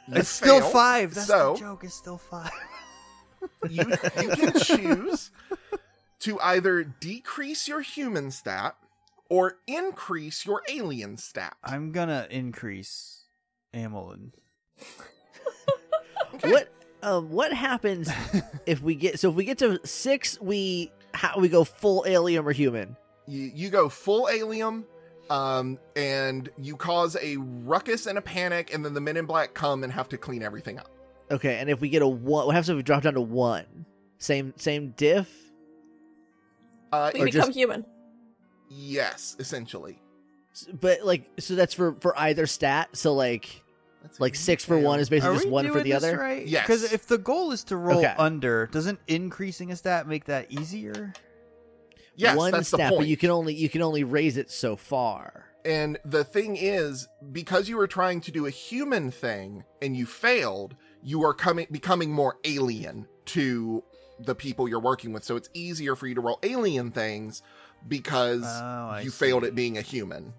S4: You
S2: It's still
S4: fail.
S2: five. That's
S4: so-
S2: the joke. It's still five.
S4: you, you can choose to either decrease your human stat or increase your alien stat.
S2: I'm gonna increase Amelin.
S1: what um what happens if we get so if we get to six we how we go full alien or human?
S4: You, you go full alien, um, and you cause a ruckus and a panic, and then the men in black come and have to clean everything up.
S1: Okay, and if we get a one, what happens if we drop down to one? Same same diff.
S4: Uh,
S3: We
S1: Or
S3: become
S1: just-
S3: human.
S4: yes, essentially.
S1: S- But like so that's for for either stat. So like
S4: That's
S1: like
S4: a
S1: six for
S4: detail.
S1: one is basically
S2: Are
S1: just
S2: we
S1: one for
S2: doing
S1: the
S2: this
S1: other.
S2: Right?
S4: Yes.
S2: Because if the goal is to roll
S1: Okay.
S2: under, doesn't increasing a stat make that easier?
S4: yes,
S1: one
S4: that's
S1: stat,
S4: the point.
S1: but you can only you can only raise it so far.
S4: And the thing is, because you were trying to do a human thing and you failed, you are coming becoming more alien to the people you're working with. So it's easier for you to roll alien things because
S2: Oh, I
S4: you
S2: see.
S4: failed at being a human.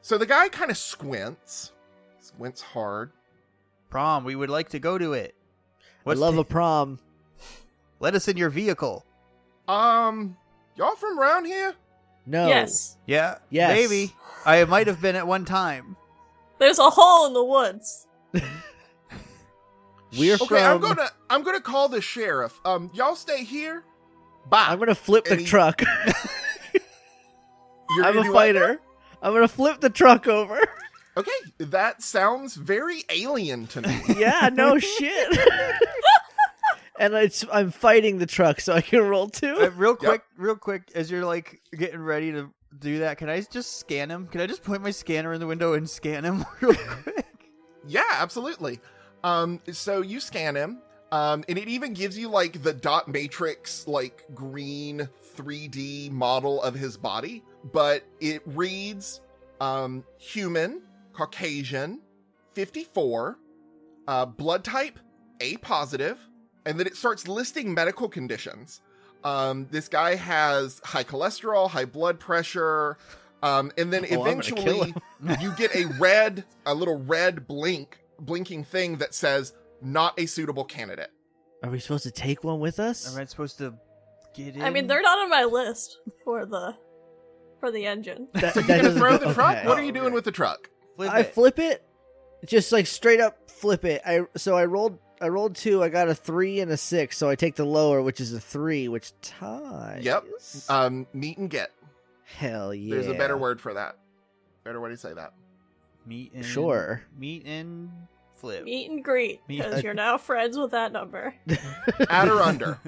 S4: So the guy kind of squints, squints hard.
S2: Prom, we would like to go to it. What's
S1: I love
S2: ta-
S1: a prom.
S2: Let us in your vehicle.
S4: Um, y'all from around here?
S1: No.
S3: Yes.
S2: Yeah.
S1: Yes.
S2: Maybe. I might have been at one time.
S3: There's a hole in the woods.
S1: We're
S4: Okay,
S1: from.
S4: I'm gonna I'm gonna call the sheriff. Um, y'all stay here. Bye.
S1: I'm gonna flip the
S4: Any-
S1: truck.
S4: You're
S1: I'm
S4: gonna
S1: a
S4: do what?
S1: fighter. I'm gonna flip the truck over.
S4: Okay, that sounds very alien to me.
S1: yeah, no shit. and it's, I'm fighting the truck, so I can roll
S2: Uh,
S1: two.
S2: real quick, real quick, as you're like getting ready to do that, can I just scan him? Can I just point my scanner in the window and scan him real quick?
S4: Yeah, absolutely. Um, so you scan him, um, and it even gives you like the dot matrix, like green 3D model of his body, but it reads um, human, Caucasian, 54, uh, blood type A positive, and then it starts listing medical conditions. Um, this guy has high cholesterol, high blood pressure, um, and then
S1: Oh, I'm gonna kill
S4: eventually you get a red, a little red blink, blinking thing that says "not a suitable candidate."
S1: Are we supposed to take one with us?
S2: Am I supposed to get in?
S3: I mean, they're not on my list for the for the engine.
S1: That-
S4: So you
S1: that
S4: gonna
S1: doesn't-
S4: throw the truck?
S1: okay.
S4: What are you
S2: Oh,
S4: doing
S2: okay.
S4: with the truck?
S2: Flip
S1: I
S2: it.
S1: flip it, just like straight up flip it. I so I rolled. I rolled two. I got a three and a six. So I take the lower, which is a three, which ties.
S4: Yep. Um, meet and get.
S1: Hell yeah.
S4: There's a better word for that. Better way to say that.
S2: meet and
S1: Sure.
S2: Meet and flip.
S3: Meet and greet,
S2: Meet-
S3: because you're now friends with that number.
S4: At or under.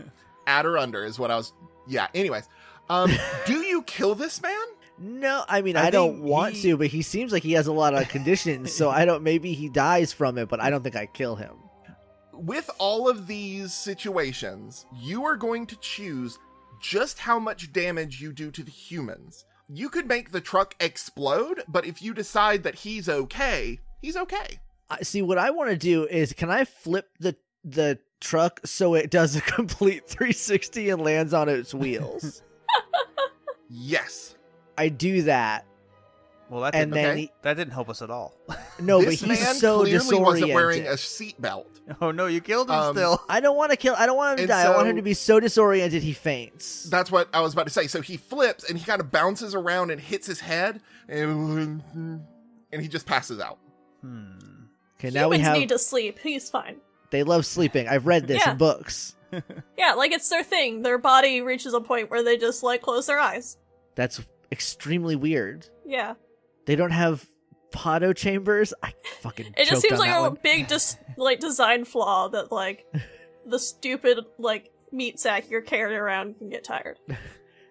S4: At or under is what I was. Yeah. Anyways, um, do you kill this man?
S1: No, I mean
S2: I
S1: I, don't
S2: think
S1: want
S2: he-
S1: to, but he seems like he has a lot of conditions, so I don't. Maybe he dies from it, but I don't think I kill him.
S4: With all of these situations, you are going to choose just how much damage you do to the humans. You could make the truck explode, but if you decide that he's okay, he's okay.
S1: I see. What I want to do is, can I flip the the truck so it does a complete 360 and lands on its wheels?
S4: Yes.
S1: I do that,
S2: Well, that
S1: and
S2: didn't,
S1: then
S4: okay.
S1: he,
S2: that didn't help us at all.
S1: no,
S4: this
S1: but he's
S4: man
S1: so
S4: clearly
S1: disoriented.
S4: wasn't wearing a seatbelt.
S2: oh no, you killed him
S4: Um,
S2: still.
S1: I don't want to kill. I don't want him to
S4: And
S1: die. I want
S4: so-
S1: him to be so disoriented he faints.
S4: That's what I was about to say. So he flips and he kind of bounces around and hits his head, and, and he just passes out.
S2: Hmm.
S1: okay, now
S3: Humans
S1: we have.
S3: need to sleep. He's fine.
S1: They love sleeping. I've read this
S3: Yeah.
S1: in books.
S3: Yeah, like it's their thing. Their body reaches a point where they just like close their eyes.
S1: That's extremely weird.
S3: Yeah,
S1: They don't have podo chambers. I fucking.
S3: it just
S1: choked
S3: seems
S1: on
S3: like
S1: that
S3: a
S1: one.
S3: big just like design flaw that like the stupid like meat sack you're carrying around can get tired.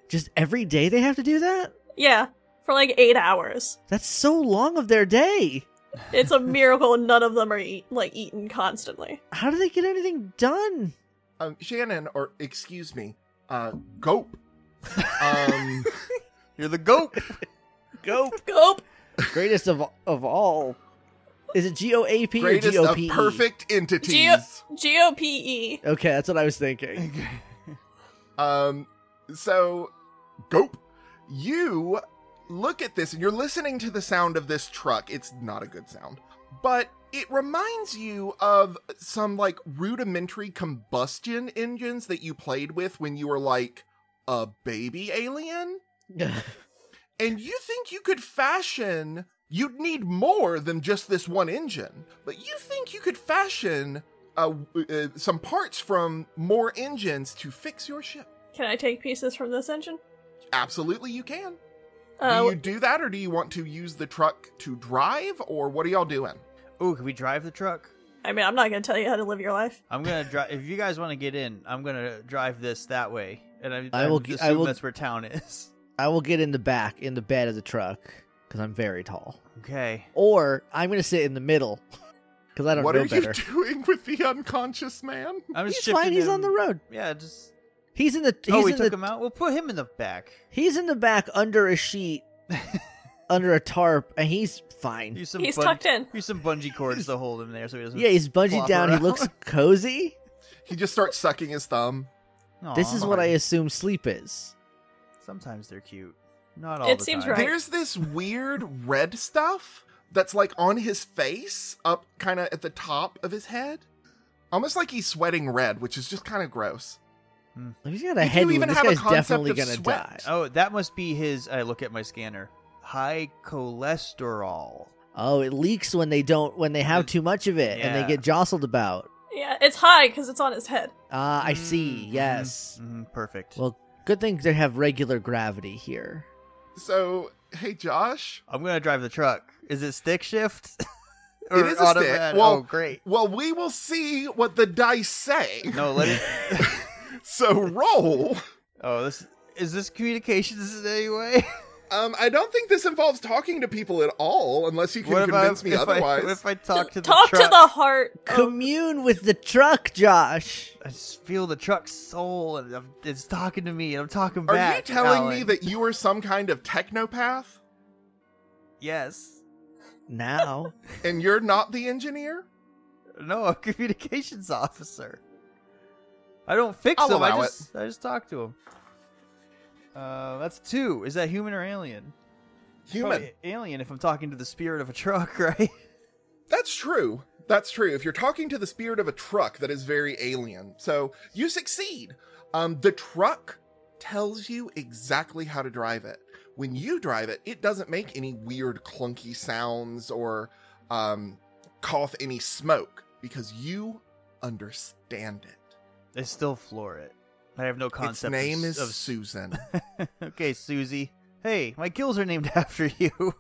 S1: Just every day they have to do that.
S3: Yeah, for like eight hours.
S1: That's so long of their day.
S3: It's a miracle none of them are eat- like eaten constantly.
S1: How do they get anything done?
S4: Um, Shannon, or excuse me, uh, Gope. Um,
S2: You're the goat.
S1: Go
S3: Gope.
S1: greatest of of all. Is it G O A P or
S4: greatest
S1: G O P? E?
S4: of perfect entities.
S3: G O E. P E.
S1: Okay, that's what I was thinking.
S4: Um, so, Gope, you look at this and you're listening to the sound of this truck. It's not a good sound, but it reminds you of some like rudimentary combustion engines that you played with when you were like a baby alien. And you think you could fashion, you'd need more than just this one engine, but you think you could fashion uh, uh, some parts from more engines to fix your ship.
S3: Can I take pieces from this engine?
S4: Absolutely, you can.
S3: Uh,
S4: do you do that, or do you want to use the truck to drive, or what are y'all doing?
S2: Ooh, can we drive the truck?
S3: I mean, I'm not gonna tell you how to live your life.
S2: I'm gonna drive. If you guys want to get in, I'm gonna drive this that way, and I,
S1: I
S2: I
S1: will
S2: would
S1: g-
S2: assume
S1: I will-
S2: that's where town is.
S1: I will get in the back in the bed of the truck because I'm very tall,
S2: Okay.
S1: or I'm gonna sit in the middle because I don't
S4: What
S1: know
S4: are
S1: better.
S4: you doing with the unconscious man?
S2: I'm just
S1: He's fine.
S2: shifting
S1: He's
S2: him-
S1: on the road.
S2: Yeah, just.
S1: He's in the. He's
S2: oh, we
S1: in
S2: took
S1: the,
S2: him out. We'll put him in the back.
S1: He's in the back under a sheet, under a tarp, and he's fine.
S2: Use some
S3: He's
S2: bun-
S3: tucked in.
S2: Use some bungee cords to hold him there, so he doesn't.
S1: yeah, he's bungee
S2: flop
S1: down.
S2: around.
S1: He looks cozy.
S4: He just starts sucking his thumb.
S2: Aw,
S1: this is what I assume sleep is.
S2: Sometimes they're cute. Not all.
S3: It
S2: the
S3: seems
S2: time.
S3: right.
S4: There's this weird red stuff that's like on his face, up kind of at the top of his head. Almost like he's sweating red, which is just kind of gross.
S1: He's got a
S4: You do
S1: head
S4: even
S1: wound. This
S4: have a
S1: guy's
S4: concept
S1: definitely
S4: of
S1: gonna
S4: sweat.
S1: die.
S2: Oh, that must be his. I look at my scanner. High cholesterol.
S1: Oh, it leaks when they don't when they have too much of it and
S2: Yeah.
S1: they get jostled about.
S3: Yeah, it's high because it's on his head.
S1: Ah, I see.
S4: Mm-hmm.
S2: Mm,
S1: Yes.
S2: mhm, mhm, perfect.
S1: Well, good thing they have regular gravity here.
S4: So, hey, Josh.
S2: I'm gonna drive the truck. Is it stick shift?
S4: It is a stick.
S2: automat-
S4: Well-
S2: oh, great.
S4: Well, we will see what the dice say.
S2: No, let it.
S4: So roll.
S2: Oh, this is this communications in any way?
S4: Um, I don't think this involves talking to people at all, unless you can
S2: What about
S4: convince
S2: if,
S4: me
S2: if
S4: otherwise.
S2: I, if I talk to the
S3: Talk
S2: truck?
S3: to the heart.
S1: Oh.
S3: of-
S1: Commune with the truck, Josh.
S2: I just feel the truck's soul, and I'm, it's talking to me, and I'm talking
S4: Are
S2: back.
S4: you telling me
S2: Alan.
S4: that you are some kind of technopath
S2: Yes.
S1: Now,
S4: and you're not the engineer?
S2: No, I'm a communications officer. I don't fix
S4: I'll
S2: them. I
S4: allow
S2: just I just talk to him. Uh, that's two. Is that human or alien?
S4: Human.
S2: Probably alien. If I'm talking to the spirit of a truck, right?
S4: That's true. That's true. If you're talking to the spirit of a truck, that is very alien. So you succeed. Um, the truck tells you exactly how to drive it. When you drive it, it doesn't make any weird clunky sounds or um, cough any smoke because you understand it.
S2: I still floor it. I have no concept.
S4: its name
S2: of,
S4: is
S2: of
S4: Susan.
S2: okay, Susie. Hey, my gills are named after you.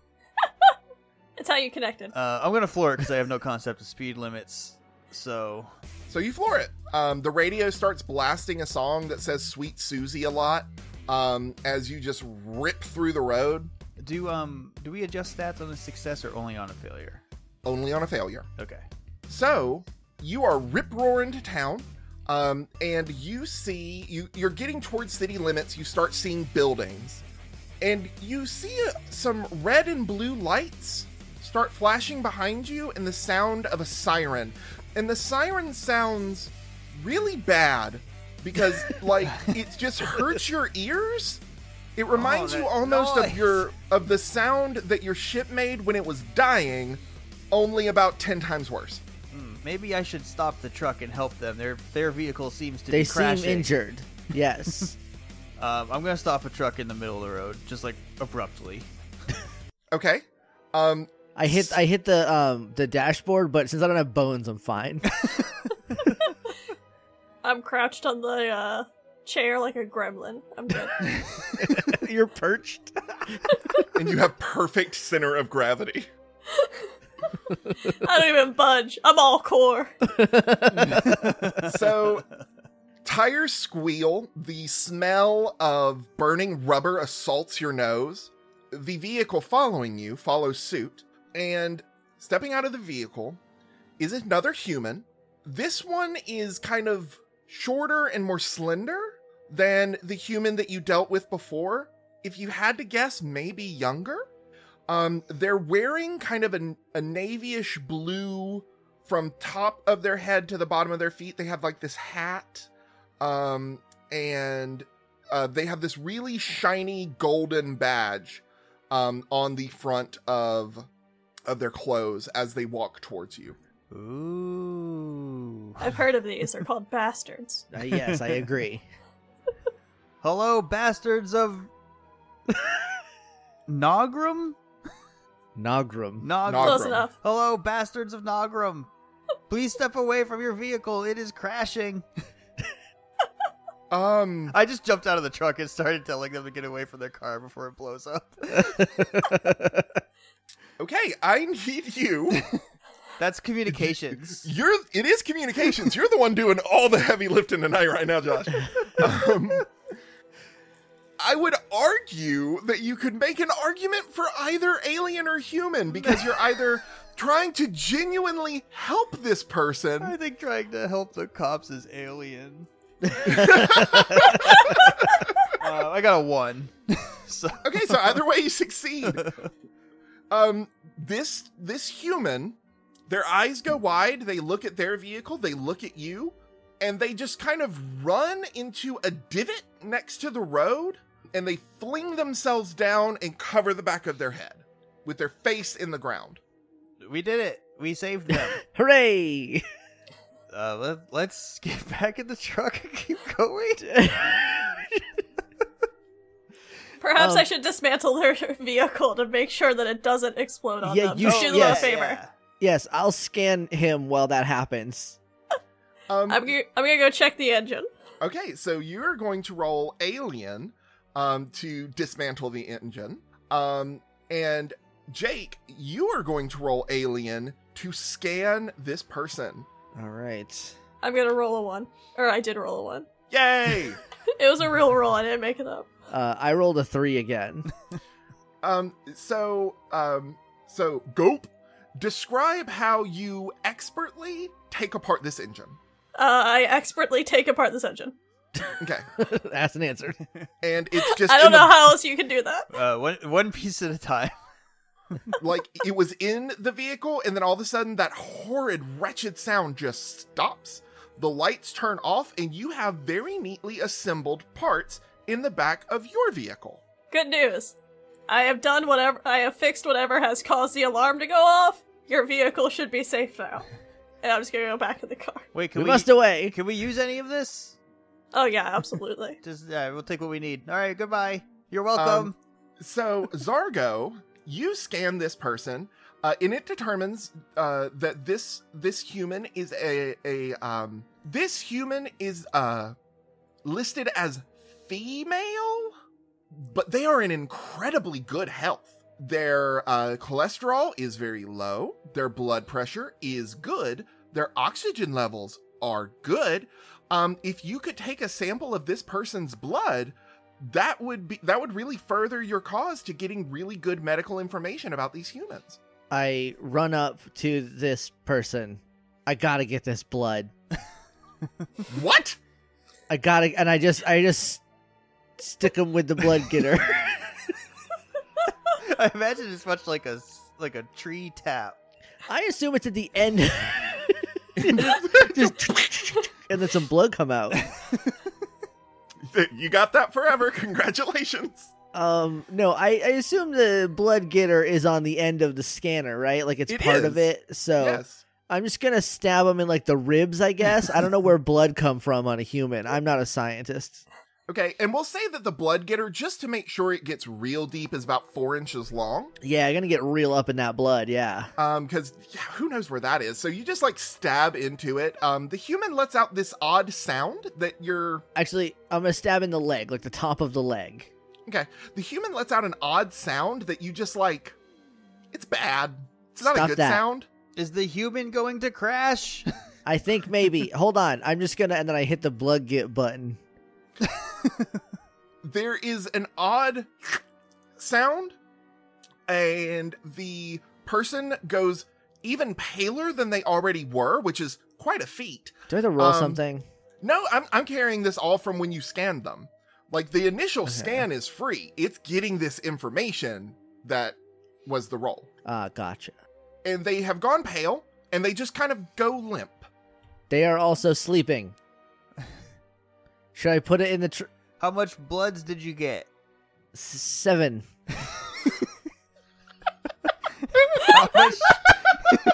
S3: It's how you connected.
S2: Uh, I'm gonna floor it because I have no concept of speed limits. So
S4: So you floor it. Um, the radio starts blasting a song that says "Sweet Susie" a lot um, as you just rip through the road.
S2: Do um do we adjust stats on a success or only on a failure?
S4: only on a failure.
S2: Okay.
S4: So you are rip roaring to town, um, and you see you you're getting towards city limits. You start seeing buildings, and you see uh, some red and blue lights start flashing behind you, and the sound of a siren, and the siren sounds really bad because like it just hurts your ears. It reminds
S2: that
S4: you almost of
S2: noise.
S4: your of the sound that your ship made when it was dying, only about 10 times worse.
S2: Hmm, maybe I should stop the truck and help them. Their their vehicle seems to
S1: they
S2: be crashing.
S1: seem injured. Yes.
S2: Um, I'm gonna stop a truck in the middle of the road, just like abruptly.
S4: Okay. Um
S1: I hit I hit the um the dashboard, but since I don't have bones, I'm fine.
S3: I'm crouched on the uh, chair like a gremlin. I'm good.
S1: You're perched.
S4: and you have perfect center of gravity.
S3: I don't even budge. I'm all core.
S4: So tires squeal, the smell of burning rubber assaults your nose. The vehicle following you follows suit, and stepping out of the vehicle is another human. This one is kind of shorter and more slender than the human that you dealt with before. If you had to guess, maybe younger. Um, they're wearing kind of an, a navyish blue from top of their head to the bottom of their feet. They have like this hat, um, and uh, they have this really shiny golden badge um, on the front of of their clothes as they walk towards you.
S2: Ooh.
S3: I've heard of these. They're called bastards.
S1: Uh, yes, I agree.
S2: Hello, bastards of Nogram?
S1: Nogrum.
S2: Nogram.
S4: Nogram.
S3: Close enough.
S2: Hello, bastards of Nogram. Please step away from your vehicle. It is crashing.
S4: Um,
S2: I just jumped out of the truck and started telling them to get away from their car before it blows up.
S4: okay, I need you.
S2: That's communications.
S4: You're it is communications. You're the one doing all the heavy lifting tonight, right now, Josh. Um, I would argue that you could make an argument for either alien or human because you're either trying to genuinely help this
S2: I
S4: person.
S2: think trying to help the cops is alien. uh, I got a one. so
S4: Okay, so either way you succeed. Um, this this human, their eyes go wide. They look at their vehicle. They look at you, and they just kind of run into a divot next to the road, and they fling themselves down and cover the back of their head with their face in the ground.
S2: we did it. We saved them.
S1: Hooray!
S2: Uh, let, let's get back in the truck and keep going.
S3: Perhaps
S1: Um,
S3: I should dismantle their vehicle to make sure that it doesn't explode on
S1: Yeah,
S3: them.
S1: you
S3: Just
S2: Oh,
S1: should-
S3: do them
S1: yes.
S3: a favor.
S1: yes, I'll scan him while that happens.
S4: Um,
S3: I'm, g- I'm gonna go check the engine.
S4: Okay, so you're going to roll alien um, to dismantle the engine. Um, and Jake, you are going to roll alien to scan this person.
S1: All right.
S3: I'm gonna roll a one. Or I did roll a one.
S4: Yay!
S3: It was a real roll. I didn't make it up.
S1: Uh, I rolled a three again.
S4: um, so, um, so Gope, describe how you expertly take apart this engine.
S3: Uh, I expertly take apart this engine.
S4: Okay,
S1: That's an answer.
S4: and it's just
S3: I don't
S4: in the-
S3: know how else you can do that.
S2: Uh, one one piece at a time.
S4: like it was in the vehicle and then all of a sudden that horrid wretched sound just stops the lights turn off and you have very neatly assembled parts in the back of your vehicle
S3: Good news. I have done whatever. I have fixed whatever has caused the alarm to go off. Your vehicle should be safe now. And I'm just gonna go back in the car.
S2: Wait, can
S1: We
S2: we,
S1: must away.
S2: can we use any of this?
S3: Oh yeah, absolutely.
S2: Just uh, we'll take what we need. All right, goodbye. You're welcome.
S4: so zargo you scan this person uh, and it determines uh, that this this human is a a um this human is uh listed as female but they are in incredibly good health. Their uh, cholesterol is very low. Their blood pressure is good. Their oxygen levels are good. Um, if you could take a sample of this person's blood, that would be that would really further your cause to getting really good medical information about these humans.
S1: I run up to this person. I gotta get this blood.
S4: what?
S1: I gotta, and I just, I just stick him with the blood getter.
S2: I imagine it's much like a like a tree tap.
S1: I assume it's at the end. Just and then some blood come out.
S4: You got that forever. Congratulations.
S1: Um, no, I, I assume the blood getter is on the end of the scanner, right? Like it's
S4: It
S1: part
S4: is.
S1: of it. So
S4: Yes.
S1: I'm just gonna stab him in like the ribs, I guess. I don't know where blood come from on a human. I'm not a scientist.
S4: Okay, and we'll say that the blood getter, just to make sure it gets real deep, is about four inches long.
S1: Yeah, I'm gonna get real up in that blood. Yeah.
S4: Um, because who knows where that is? So you just like stab into it. Um, the human lets out this odd sound that you're.
S1: Actually, I'm gonna stab in the leg, like the top of the leg.
S4: Okay, the human lets out an odd sound that you just like. It's bad. It's not
S1: Stop
S4: a good
S1: that.
S4: sound.
S2: Is the human going to crash?
S1: I think maybe. Hold on. I'm just gonna, and then I hit the blood get button.
S4: there is an odd sound, and the person goes even paler than they already were, which is quite a feat.
S1: Do I have to roll
S4: Um,
S1: something?
S4: No, I'm, I'm carrying this all from when you scanned them. Like the initial
S1: Uh-huh.
S4: scan is free, it's getting this information that was the roll.
S1: Ah, gotcha.
S4: And they have gone pale, and they just kind of go limp.
S1: They are also sleeping. Should I put it in the tr-
S2: How much bloods did you get?
S1: s- seven?
S2: How much?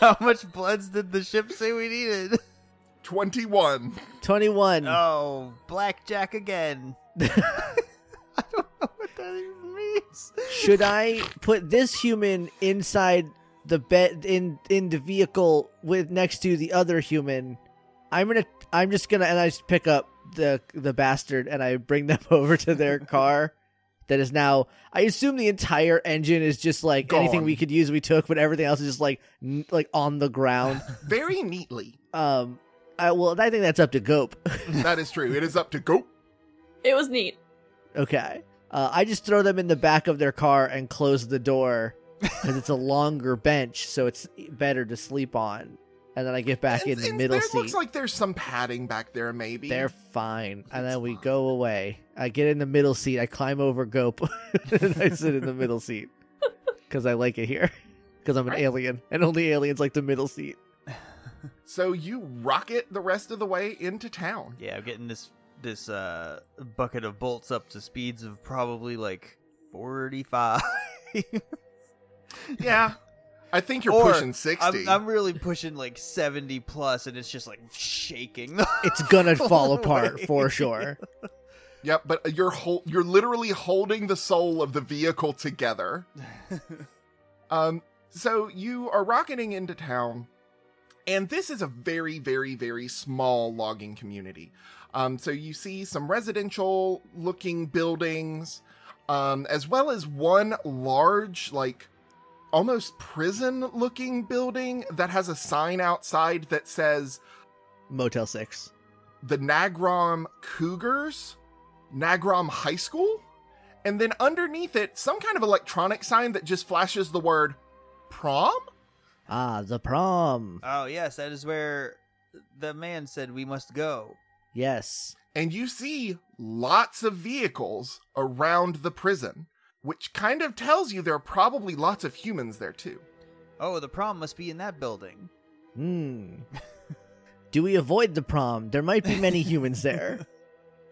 S2: How much bloods did the ship say we needed?
S4: 21.
S1: 21.
S2: Oh, blackjack again. I don't know what that even means.
S1: Should I put this human inside the bed in in the vehicle with next to the other human? I'm gonna. I'm just gonna. And I just pick up the the bastard and I bring them over to their car. That is now. I assume the entire engine is just like anything
S4: Gone.
S1: we could use, we took, but everything else is just like n- like on the ground.
S4: Very neatly.
S1: Um, I well, I think that's up to Gope.
S4: That is true. It is up to go.
S3: It was neat.
S1: Okay. Uh, I just throw them in the back of their car and close the door because it's a longer bench, so it's e, better to sleep on. And then I get back in
S4: And-
S1: the
S4: and
S1: middle
S4: there
S1: seat.
S4: looks like there's some padding back there, maybe.
S1: They're fine. And
S4: It's
S1: then we
S4: fine.
S1: go away. I get in the middle seat. I climb over Gope and I sit in the middle seat because I like it here because I'm an
S4: Right.
S1: alien and only aliens like the middle seat.
S4: So you rocket the rest of the way into town.
S2: Yeah, I'm getting this this uh bucket of bolts up to speeds of probably like 45.
S4: Yeah. I think you're
S2: Or,
S4: pushing 60.
S2: I'm, I'm really pushing like 70 plus, and it's just like shaking.
S1: It's gonna fall apart
S2: Wait.
S1: for sure.
S4: Yep, but you're hol- you're literally holding the soul of the vehicle together. um, so you are rocketing into town, and this is a very, very, very small logging community. Um, so you see some residential-looking buildings, um, as well as one large, like almost prison-looking building that has a sign outside that says
S1: Motel 6.
S4: the Nagrom Cougars, Nagrom High School, and then underneath it, some kind of electronic sign that just flashes the word prom?
S1: Ah, the prom.
S4: Uh,
S2: oh, yes, that is where the man said we must go.
S1: Yes.
S4: And you see lots of vehicles around the prison, which kind of tells you there are probably lots of humans there too.
S2: Oh, the prom must be in that building.
S1: Hmm. Do we avoid the prom? There might be many humans there.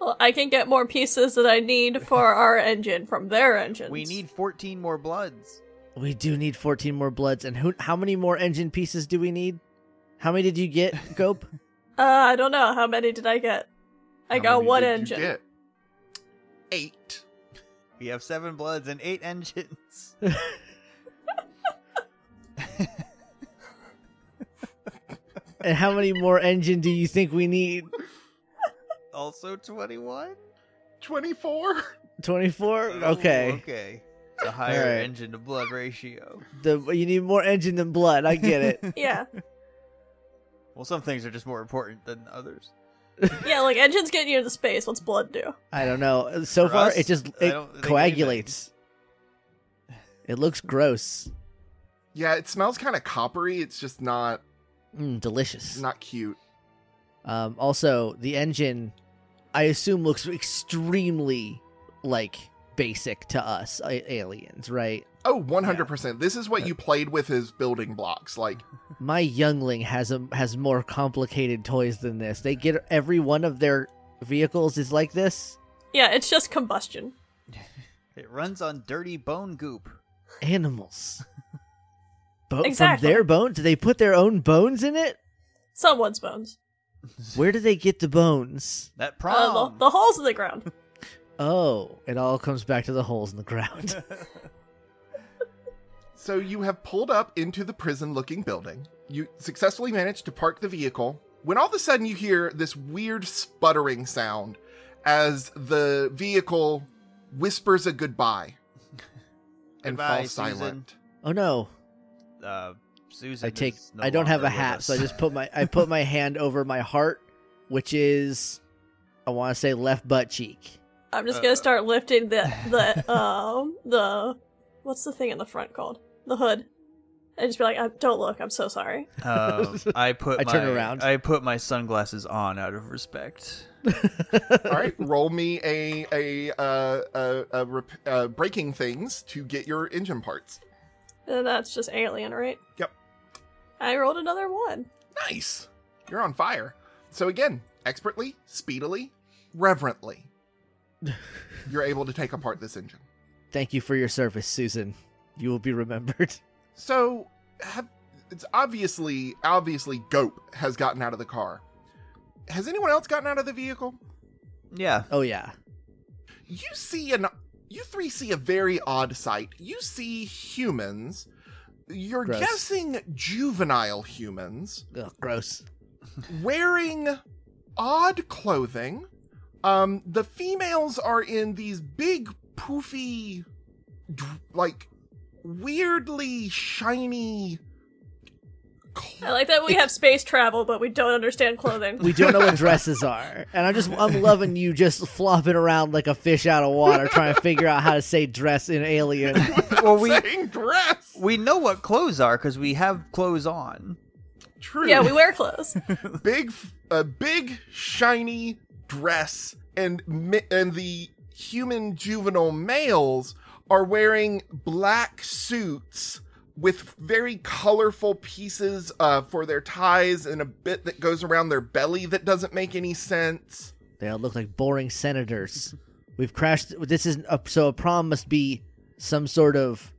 S3: Well, I can get more pieces that I need for our engine from their engines.
S2: We need 14 more bloods.
S1: We do need 14 more bloods. And who, how many more engine pieces do we need? How many did you get, Gope?
S3: Uh, I don't know how many did I get. I
S4: How
S3: got
S4: many
S3: one
S4: did you
S3: engine.
S4: get? Eight.
S2: We have seven bloods and eight engines.
S1: and how many more engine do you think we need?
S2: also 21?
S4: 24?
S1: 24?
S2: Oh,
S1: Okay.
S2: Okay. It's a higher
S1: Alright.
S2: engine to blood ratio.
S1: The, you need more engine than blood. I get it.
S3: Yeah.
S2: Well, some things are just more important than others.
S3: yeah, like engines getting you into space. What's blood do?
S1: I don't know. So
S2: For
S1: far,
S2: us,
S1: it just
S2: I
S1: it
S2: don't think
S1: coagulates. It looks gross.
S4: Yeah, it smells kind of coppery. It's just not
S1: Mm, delicious.
S4: not cute.
S1: Um, also, the engine, I assume, looks extremely like basic to us a- aliens, right?
S4: Oh, 100%. This is what you played with as building blocks. Like
S1: My youngling has a has more complicated toys than this. They get every one of their vehicles is like this,
S3: Yeah, it's just combustion.
S2: It runs on dirty bone goop.
S1: animals. Bo-
S3: Exactly.
S1: From their bones, do they put their own bones in it?
S3: Someone's bones.
S1: Where do they get the bones?
S2: That
S3: Uh,
S2: problem.
S3: the, the holes in the ground.
S1: Oh, it all comes back to the holes in the ground.
S4: So you have pulled up into the prison looking building. You successfully managed to park the vehicle when all of a sudden you hear this weird sputtering sound as the vehicle whispers a goodbye and
S2: Goodbye,
S4: falls
S2: Susan.
S4: silent.
S1: oh no,
S2: uh, Susan.
S1: I take.
S2: is no
S1: I don't have a
S2: longer with
S1: hat,
S2: us.
S1: so I just put my. I put my hand over my heart, which is, I want to say left butt cheek.
S3: I'm just
S2: Uh.
S3: gonna start lifting the the um the what's the thing in the front called the hood, and just be like, I, "Don't look. I'm so sorry."
S2: Um, I put.
S1: I
S2: my,
S1: turn around.
S2: I put my sunglasses on out of respect.
S4: all right, roll me a a uh, a, a, rep- uh breaking things to get your engine parts.
S3: And that's just alien, right?
S4: Yep.
S3: I rolled another one.
S4: Nice. You're on fire. So again, expertly, speedily, reverently, you're able to take apart this engine.
S1: Thank you for your service, Susan. You will be remembered.
S4: So, have, it's obviously, obviously, Gope has gotten out of the car. Has anyone else gotten out of the vehicle?
S2: Yeah.
S1: Oh yeah,
S4: You see an, you three see a very odd sight. You see humans. You're
S1: Gross.
S4: guessing juvenile humans
S1: Ugh, gross.
S4: wearing odd clothing. Um, the females are in these big, poofy, dr- like weirdly shiny. cl-
S3: I like that we have space travel, but we don't understand clothing.
S1: We don't know what dresses are, and I'm just. I'm loving you just flopping around like a fish out of water, trying to figure out how to say dress in alien.
S2: Well, we
S4: saying dress.
S2: we know what clothes are because we have clothes on.
S4: True.
S3: yeah, we wear clothes.
S4: big, f- a big shiny dress, and mi- and the human juvenile males are wearing black suits with very colorful pieces uh, for their ties and a bit that goes around their belly that doesn't make any sense.
S1: They all look like boring senators. We've crashed. This is a, so a prom must be some sort of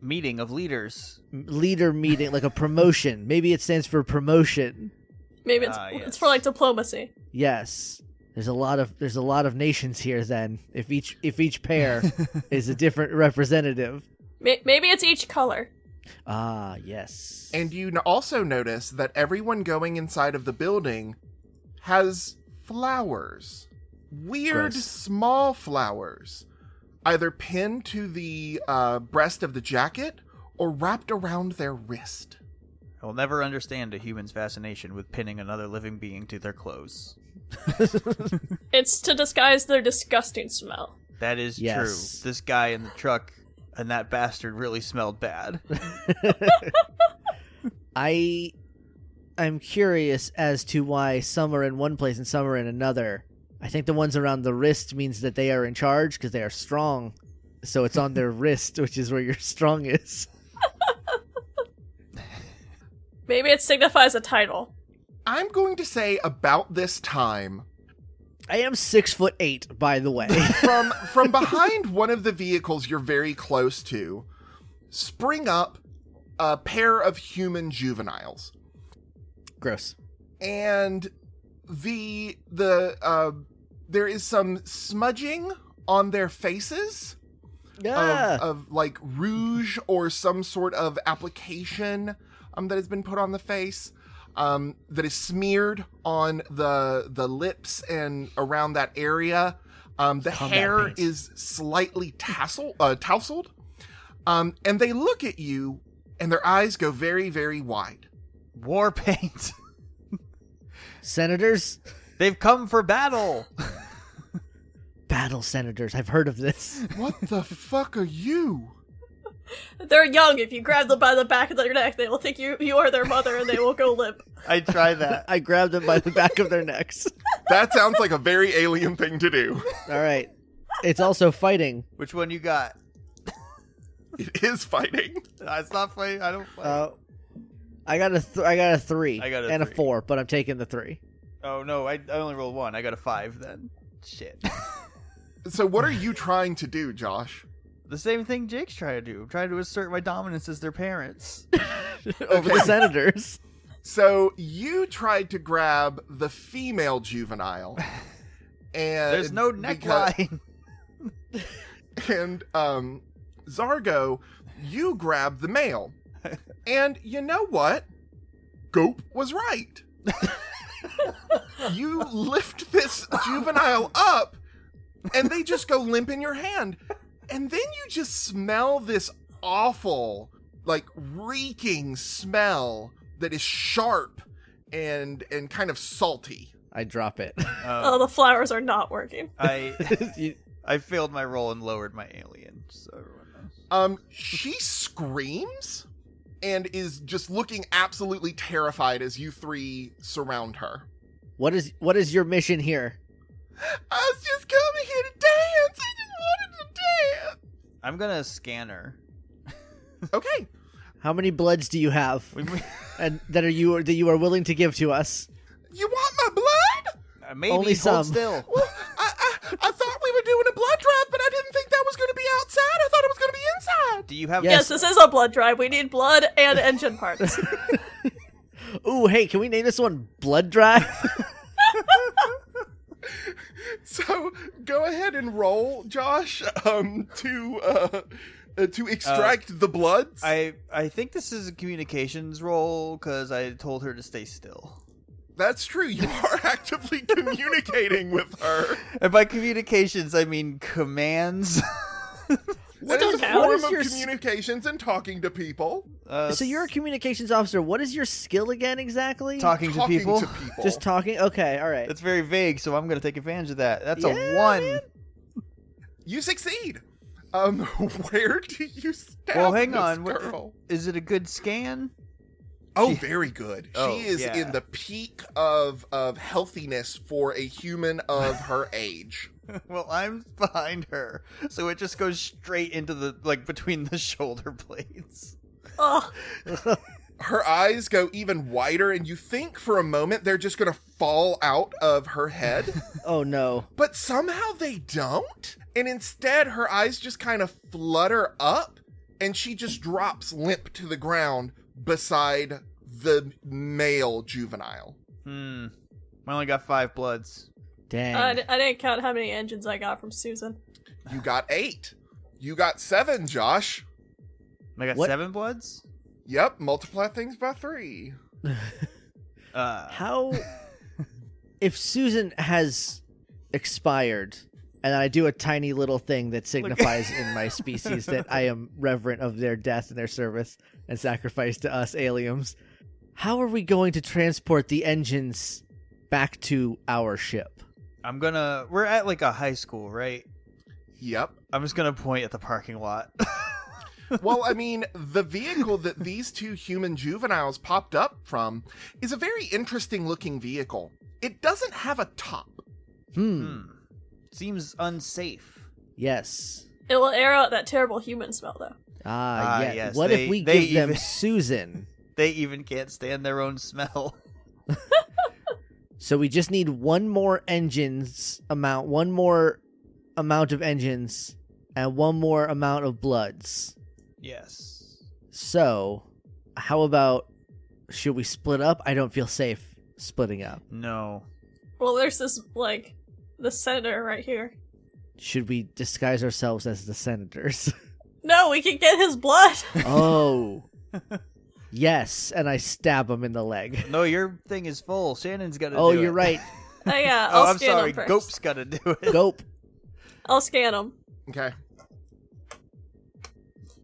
S2: Meeting of leaders.
S1: leader meeting, like a promotion. Maybe it stands for promotion.
S3: Maybe it's,
S2: Ah, yes.
S3: it's for like diplomacy.
S1: Yes. There's a lot of there's a lot of nations here. Then, if each if each pair is a different representative.
S3: May- maybe it's each color.
S1: Ah, yes.
S4: And you n- also notice that everyone going inside of the building has flowers. Weird
S1: Gross.
S4: small flowers, either pinned to the uh, breast of the jacket or wrapped around their wrist.
S2: I will never understand a human's fascination with pinning another living being to their clothes.
S3: It's to disguise their disgusting smell.
S2: That is
S1: Yes.
S2: true. This guy in the truck and that bastard really smelled bad.
S1: I I'm curious as to why some are in one place and some are in another. I think the ones around the wrist means that they are in charge because they are strong. So it's on their wrist, which is where your strong is.
S3: Maybe it signifies a title.
S4: I'm going to say about this time
S1: I am six foot eight, by the way.
S4: from from behind one of the vehicles you're very close to spring up a pair of human juveniles.
S1: Gross.
S4: and the the uh, there is some smudging on their faces
S1: Ah,
S4: of, of like rouge or some sort of application um, that has been put on the face um, that is smeared on the the lips and around that area. Um, the
S1: Combat
S4: hair
S1: pains.
S4: is slightly tassel uh, tousled, um, and they look at you, and their eyes go very very wide.
S2: War paint.
S1: senators.
S2: They've come for battle.
S1: Battle senators. I've heard of this.
S4: What the fuck are you?
S3: They're young. If you grab them by the back of their neck, they will think you you are their mother, and they will go limp.
S2: I try that.
S1: I grabbed them by the back of their necks.
S4: That sounds like a very alien thing to do.
S1: All right. It's also fighting.
S2: Which one you got? Uh,
S4: It is fighting.
S2: It's not fighting. I don't fight.
S1: Uh, I got a th- I got a three.
S2: I got a
S1: and a
S2: three.
S1: four, but I'm taking the three.
S2: oh no, I, I only rolled one. I got a five then. Shit.
S4: So, what are you trying to do, Josh?
S2: the same thing Jake's trying to do. I'm trying to assert my dominance as their parents. Uh,
S1: Over the
S4: Okay.
S1: senators.
S4: So, you tried to grab the female juvenile, and
S2: There's no
S4: because-
S2: neckline.
S4: and um, Zargo, you grab the male. And you know what? Gope was right. you lift this juvenile up, and they just go limp in your hand. And then you just smell this awful, like reeking smell that is sharp and and kind of salty.
S1: I drop it.
S3: Oh,
S2: Um,
S3: the flowers are not working.
S2: I
S1: You-
S2: I failed my roll and lowered my alien. So everyone knows.
S4: Um, she screams and is just looking absolutely terrified as you three surround her.
S1: what is what is your mission here?
S4: I was just coming here to dance. I just wanted to
S2: I'm gonna scan her.
S4: dance. Okay.
S1: How many bloods do you have,
S2: We, we-
S1: and that are you that you are willing to give to us?
S4: You want my blood?
S2: uh, maybe
S1: Only
S2: hold
S1: some.
S2: still.
S4: Well, I, I, I thought we were doing a blood drive, but I didn't think that was going to be outside. I thought it was going to be inside.
S2: Do you have?
S1: Yes.
S3: Yes. this is a blood drive. We need blood and engine parts.
S1: Ooh, hey, can we name this one Blood Drive?
S4: So go ahead and roll, Josh, um, to uh, uh, to extract the bloods.
S2: I I think this is a communications roll because I told her to stay still.
S4: That's true. You are actively communicating with her.
S2: And by communications, I mean commands.
S4: What
S1: the
S4: is a
S1: hell
S4: form
S1: is
S4: of
S1: your s-
S4: communications and talking to people.
S2: Uh,
S1: so you're a communications officer. What is your skill again exactly?
S2: talking, to
S4: talking
S2: people.
S4: to people.
S1: Just talking. Okay, all right.
S2: That's very vague, so I'm gonna take advantage of that. That's a
S1: Yeah,
S2: one.
S4: you succeed. Um, where do you stab
S2: Well, hang
S4: this
S2: on. What-
S4: girl?
S2: Is it a good scan?
S4: Oh,
S2: She-
S4: very good.
S2: Oh,
S4: she is
S2: yeah.
S4: in the peak of of healthiness for a human of her age.
S2: well, I'm behind her, so it just goes straight into the like between the shoulder blades.
S3: oh,
S4: Her eyes go even wider, and you think for a moment they're just going to fall out of her head,
S1: Oh no.
S4: but somehow they don't. And instead, her eyes just kind of flutter up, and she just drops limp to the ground beside the male juvenile.
S2: Hmm. I only got five bloods.
S1: Dang.
S4: Uh,
S3: I, I didn't count how many engines I got from Susan.
S4: You got eight. You got seven, Josh.
S2: I got
S1: What?
S2: seven bloods.
S4: Yep, multiply things by three.
S2: Uh,
S1: How? if Susan has expired, and I do a tiny little thing that signifies in my species that I am reverent of their death and their service and sacrifice to us aliens, how are we going to transport the engines back to our ship?
S2: I'm gonna. We're at like a high school, right?
S4: Yep.
S2: I'm just gonna point at the parking lot.
S4: Well, I mean, the vehicle that these two human juveniles popped up from is a very interesting looking vehicle. It doesn't have a top.
S1: Hmm.
S2: hmm. Seems unsafe.
S1: Yes.
S3: It will air out that terrible human smell, though.
S1: Ah,
S2: Ah,
S1: yeah.
S2: yes,
S1: What
S2: they-
S1: if we
S2: they
S1: give them
S2: even-
S1: Susan?
S2: They even can't stand their own smell.
S1: So we just need one more engines amount, one more amount of engines, and one more amount of bloods.
S2: yes.
S1: So, how about should we split up? I don't feel safe splitting up.
S2: No.
S3: Well, there's this like the senator right here.
S1: Should we disguise ourselves as the senators?
S3: No, we can get his blood.
S1: oh. Yes, and I stab him in the leg.
S2: No, your thing is full. Shannon's gotta.
S1: Oh,
S2: do it.
S1: you're right.
S3: Oh, yeah, I'll
S2: oh, I'm
S3: scan
S2: sorry.
S3: him 1st
S2: Gope's gotta do it.
S1: Gope.
S3: I'll scan him.
S4: Okay.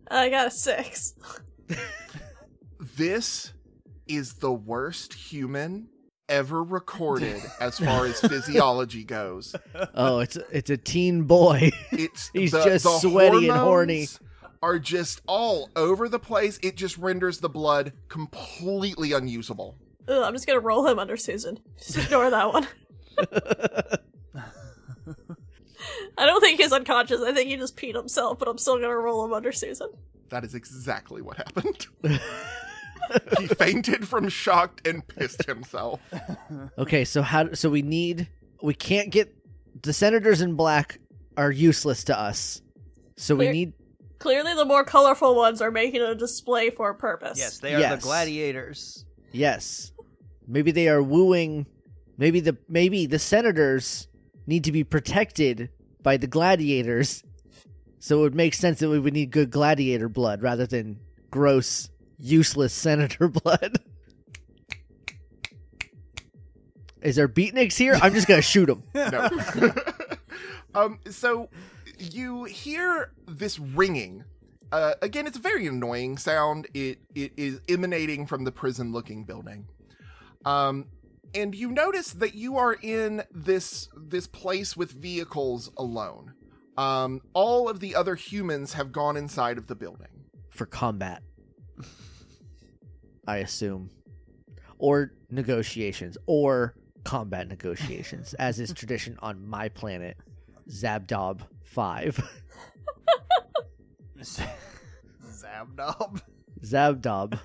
S3: I got a six.
S4: This is the worst human ever recorded as far as physiology goes.
S1: Oh, it's it's a teen boy.
S4: It's
S1: He's
S4: the-
S1: just
S4: the
S1: sweaty and horny.
S4: hormones Are just all over the place. It just renders the blood completely unusable.
S3: Ugh, I'm just gonna roll him under Susan. Just ignore that one. I don't think he's unconscious. I think he just peed himself, but I'm still gonna roll him under Susan.
S4: That is exactly what happened. he fainted from shock and pissed himself.
S1: Okay, so how so we need we can't get the senators in black are useless to us. So we
S3: They're-
S1: need
S3: Clearly, the more colorful ones are making a display for a purpose.
S2: Yes, they are
S1: Yes.
S2: the gladiators.
S1: yes. Maybe they are wooing maybe the maybe the senators need to be protected by the gladiators. So it would make sense that we would need good gladiator blood rather than gross useless senator blood. Is there beatniks here? I'm just gonna shoot them.
S4: No. um, so you hear this ringing. Uh, again, it's a very annoying sound. It it is emanating from the prison-looking building. Um, and you notice that you are in this this place with vehicles alone. Um, all of the other humans have gone inside of the building.
S1: for combat. I assume. Or negotiations. Or combat negotiations, as is tradition on my planet, Zabdob 5.
S2: Zabnob.
S1: Zabdob.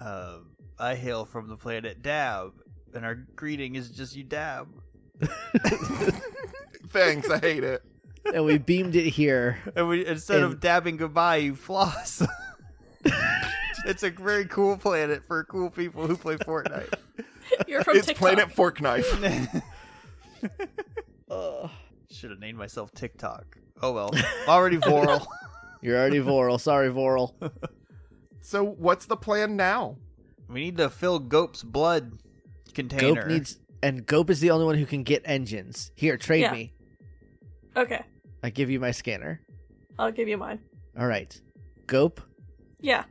S2: Um, I hail from the planet Dab, and our greeting is just you dab.
S4: Thanks, I hate it.
S1: And we beamed it here.
S2: And we instead
S1: And-
S2: of dabbing goodbye, you floss. it's a very cool planet for cool people who play Fortnite.
S3: You're from
S4: It's
S3: TikTok.
S4: Planet Fork Knife.
S1: Ugh.
S2: Should have named myself TikTok. Oh well. Already Voral.
S1: You're already Voral. Sorry, Voral.
S4: So, what's the plan now?
S2: we need to fill Gope's blood container.
S1: Gope needs. And Gope is the only one who can get engines. Here, trade
S3: Yeah.
S1: me.
S3: Okay,
S1: I give you my scanner.
S3: I'll give you mine.
S1: All right. Gope,
S3: Yeah,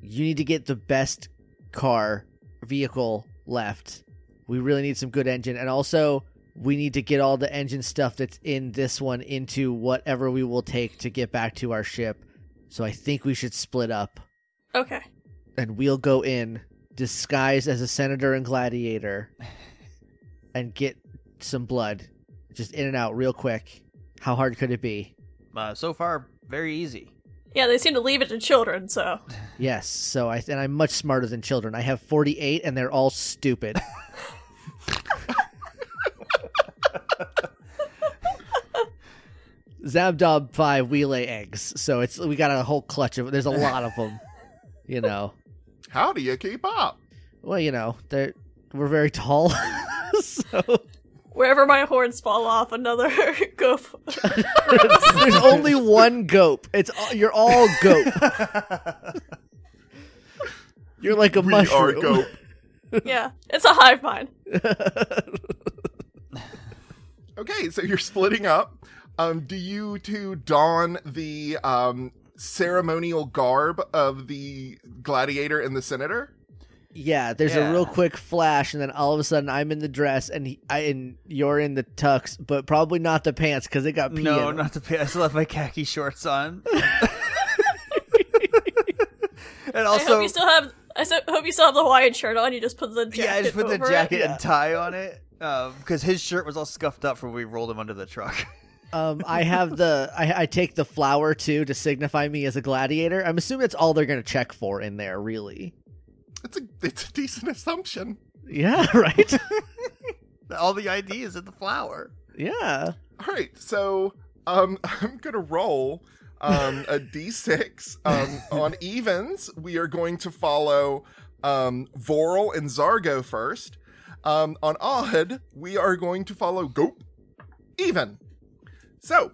S1: you need to get the best car vehicle left. We really need some good engine, and also we need to get all the engine stuff that's in this one into whatever we will take to get back to our ship. So I think we should split up,
S3: okay.
S1: and we'll go in disguised as a senator and gladiator, and get some blood, just in and out real quick. How hard could it be?
S2: uh, so far, very easy.
S3: Yeah, they seem to leave it to children, so.
S1: Yes. So I and I'm much smarter than children. I have 48, and they're all stupid. Zabdob five we lay eggs, so it's we got a whole clutch of. There's a lot of them, you know.
S4: How do you keep up?
S1: Well, you know, they're we're very tall, so
S3: Wherever my horns fall off, another goop.
S1: there's only one gope. It's all, you're all gope. You're like a
S4: we are
S1: mushroom.
S4: go.
S3: yeah, it's a hive mind.
S4: Okay, so you're splitting up. Um, do you two don the um, ceremonial garb of the gladiator and the senator?
S1: Yeah, there's a real
S2: Yeah.
S1: quick flash, and then all of a sudden I'm in the dress, and he, I and you're in the tux, but probably not the pants because it got pee.
S2: No,
S1: in 'em.
S2: not the pants. I still have my khaki shorts on. and
S3: I hope
S2: also,
S3: you still have. I so- hope you still have the Hawaiian shirt on. You just put the jacket.
S2: yeah, I just put the
S3: over it.
S2: jacket and tie on it because his shirt was all scuffed up from when we rolled him under the truck.
S1: Um, I have the I, I take the flower too to signify me as a gladiator. I'm assuming that's all they're gonna check for in there, really.
S4: It's a it's a decent assumption.
S1: Yeah, right.
S2: all the ID is in the flower.
S1: yeah.
S4: All right, so um, I'm gonna roll um, a d6 um, on evens. We are going to follow um, Voral and Zargo first. Um, on odd, we are going to follow Gope. Even. So,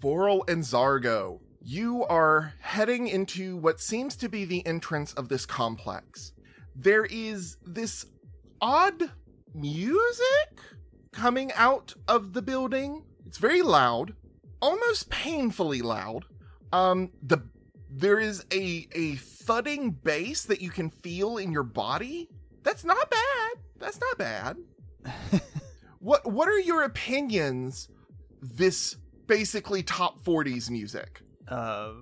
S4: Voral and Zargo, you are heading into what seems to be the entrance of this complex. There is this odd music coming out of the building. It's very loud, almost painfully loud. Um, the there is a a thudding bass that you can feel in your body That's not bad. That's not bad. what what are your opinions this basically top 40s music?
S2: Uh,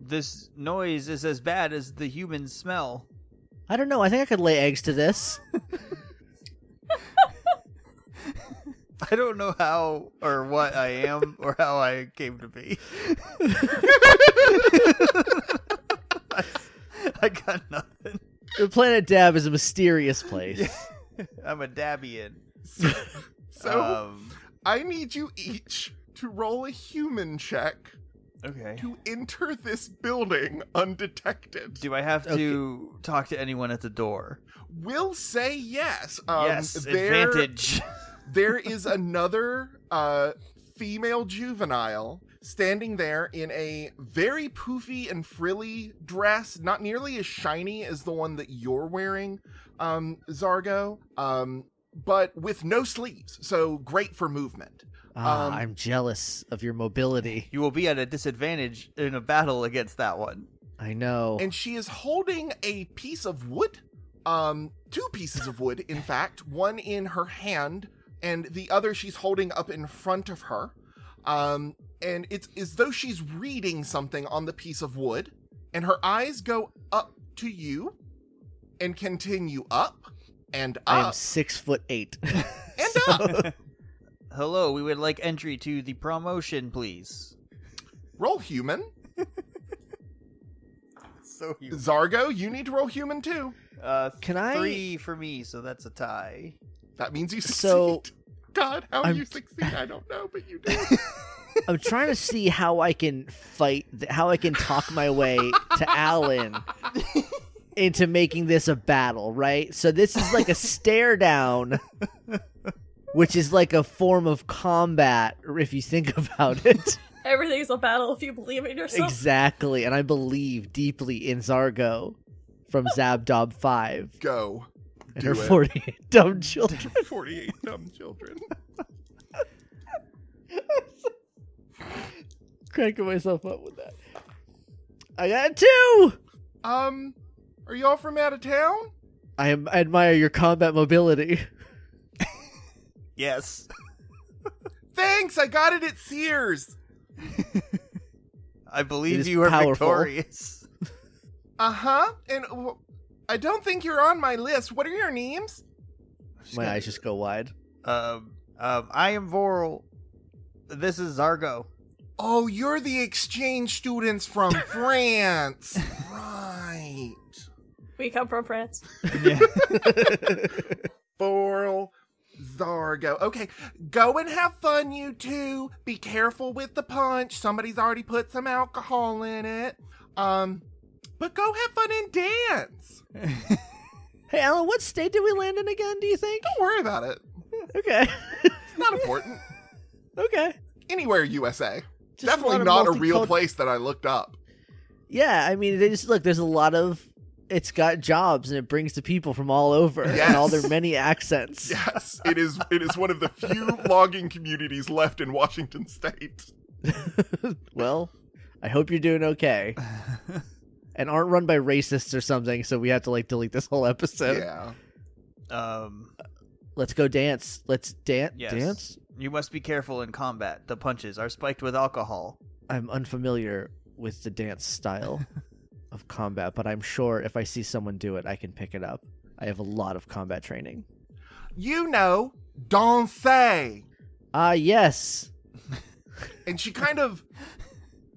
S2: this noise is as bad as the human smell.
S1: I don't know. I think I could lay eggs to this.
S2: I don't know how or what I am or how I came to be. I, I got nothing.
S1: The planet Dab is a mysterious place.
S2: I'm a Dabian.
S4: So
S2: um,
S4: I need you each to roll a human check
S2: okay.
S4: to enter this building undetected.
S2: Do I have to talk to anyone at the door?
S4: We'll say yes. Um,
S2: yes,
S4: there-
S2: advantage.
S4: there is another uh, female juvenile standing there in a very poofy and frilly dress, not nearly as shiny as the one that you're wearing, um, Zargo, um, but with no sleeves, so great for movement.
S1: Ah,
S4: Um,
S1: I'm jealous of your mobility.
S2: You will be at a disadvantage in a battle against that one.
S1: I know.
S4: And she is holding a piece of wood, um, two pieces of wood, in fact, one in her hand and the other she's holding up in front of her. Um, and it's as though she's reading something on the piece of wood, and her eyes go up to you and continue up and
S1: I am
S4: up
S1: six foot eight.
S4: uh, and up.
S2: Hello, we would like entry to the promotion, please.
S4: Roll human.
S2: So you
S4: Zargo, you need to roll human too.
S2: uh,
S1: Can I-
S2: three for me, so that's a tie.
S4: That means you succeed.
S1: So-
S4: God, how
S1: I'm-
S4: you succeed, I don't know, but you do.
S1: I'm trying to see how I can fight, th- how I can talk my way to Alan into making this a battle, right? So this is like a stare down, which is like a form of combat, if you think about it.
S3: Everything's a battle if you believe in yourself.
S1: exactly. And I believe deeply in Zargo from Zabdob 5
S4: Go.
S1: and
S4: Do
S1: her
S4: it.
S1: 48 dumb children.
S4: 48 dumb children.
S1: Cracking myself up with that. I got a two!
S4: Um, are y'all from out of town?
S1: I, am, I admire your combat mobility.
S2: Yes.
S4: Thanks, I got it at Sears.
S2: I
S1: It
S2: believe
S1: is
S2: you are
S1: powerful.
S2: victorious.
S4: Uh huh. And w- I don't think you're on my list. What are your names?
S1: My eyes just go wide.
S2: Um, um, I am Voral. This is Zargo.
S4: Oh, you're the exchange students from France. right.
S3: We come from France.
S4: Borl Zargo. Okay, go and have fun, you two. Be careful with the punch. Somebody's already put some alcohol in it. Um, but go have fun and dance.
S1: Hey, Alan, what state did we land in again, do you think?
S4: Don't worry about it.
S1: Okay.
S4: It's not important.
S1: okay.
S4: Anywhere USA.
S1: Just
S4: Definitely
S1: lot of
S4: not a real
S1: multicult-
S4: place that I looked up.
S1: Yeah, I mean, they just look, there's a lot of. It's got jobs and it brings the people from all over and all their
S4: Yes.
S1: many accents.
S4: Yes, it is. It is one of the few logging communities left in Washington State.
S1: well, I hope you're doing okay and aren't run by racists or something, so we have to, like, delete this whole episode.
S4: yeah.
S2: um,
S1: Let's go dance. Let's dance.
S2: Yes.
S1: Dance?
S2: you must be careful in combat. The punches are spiked with alcohol.
S1: I'm unfamiliar with the dance style of combat, but I'm sure if I see someone do it, I can pick it up. I have a lot of combat training.
S4: You know, danse,
S1: Ah, yes.
S4: and she kind of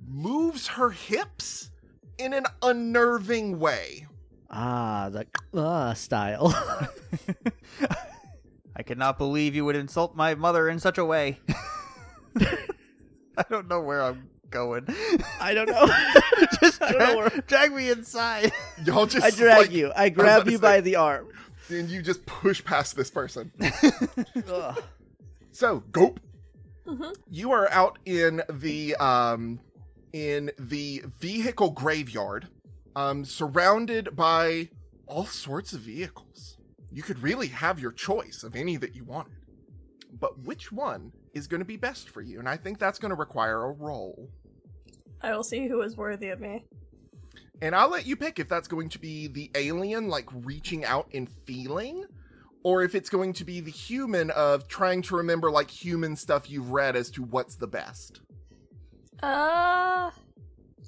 S4: moves her hips in an unnerving way.
S1: Ah, the ah style.
S2: I cannot believe you would insult my mother in such a way. I don't know where I'm going.
S1: I don't know.
S2: Just
S1: I don't know
S2: drag,
S1: where-
S2: drag me inside.
S4: Y'all just
S1: I drag
S4: like,
S1: you. I grab
S4: about
S1: you
S4: to
S1: by
S4: say-
S1: the arm.
S4: and you just push past this person.
S1: Ugh.
S4: So, Gope,
S3: Mhm.
S4: you are out in the um, in the vehicle graveyard, um, surrounded by all sorts of vehicles. You could really have your choice of any that you wanted, but which one is going to be best for you? And I think that's going to require a roll.
S3: I will see who is worthy of me.
S4: And I'll let you pick if that's going to be the alien, like reaching out and feeling, or if it's going to be the human of trying to remember, like, human stuff you've read as to what's the best.
S3: Uh, I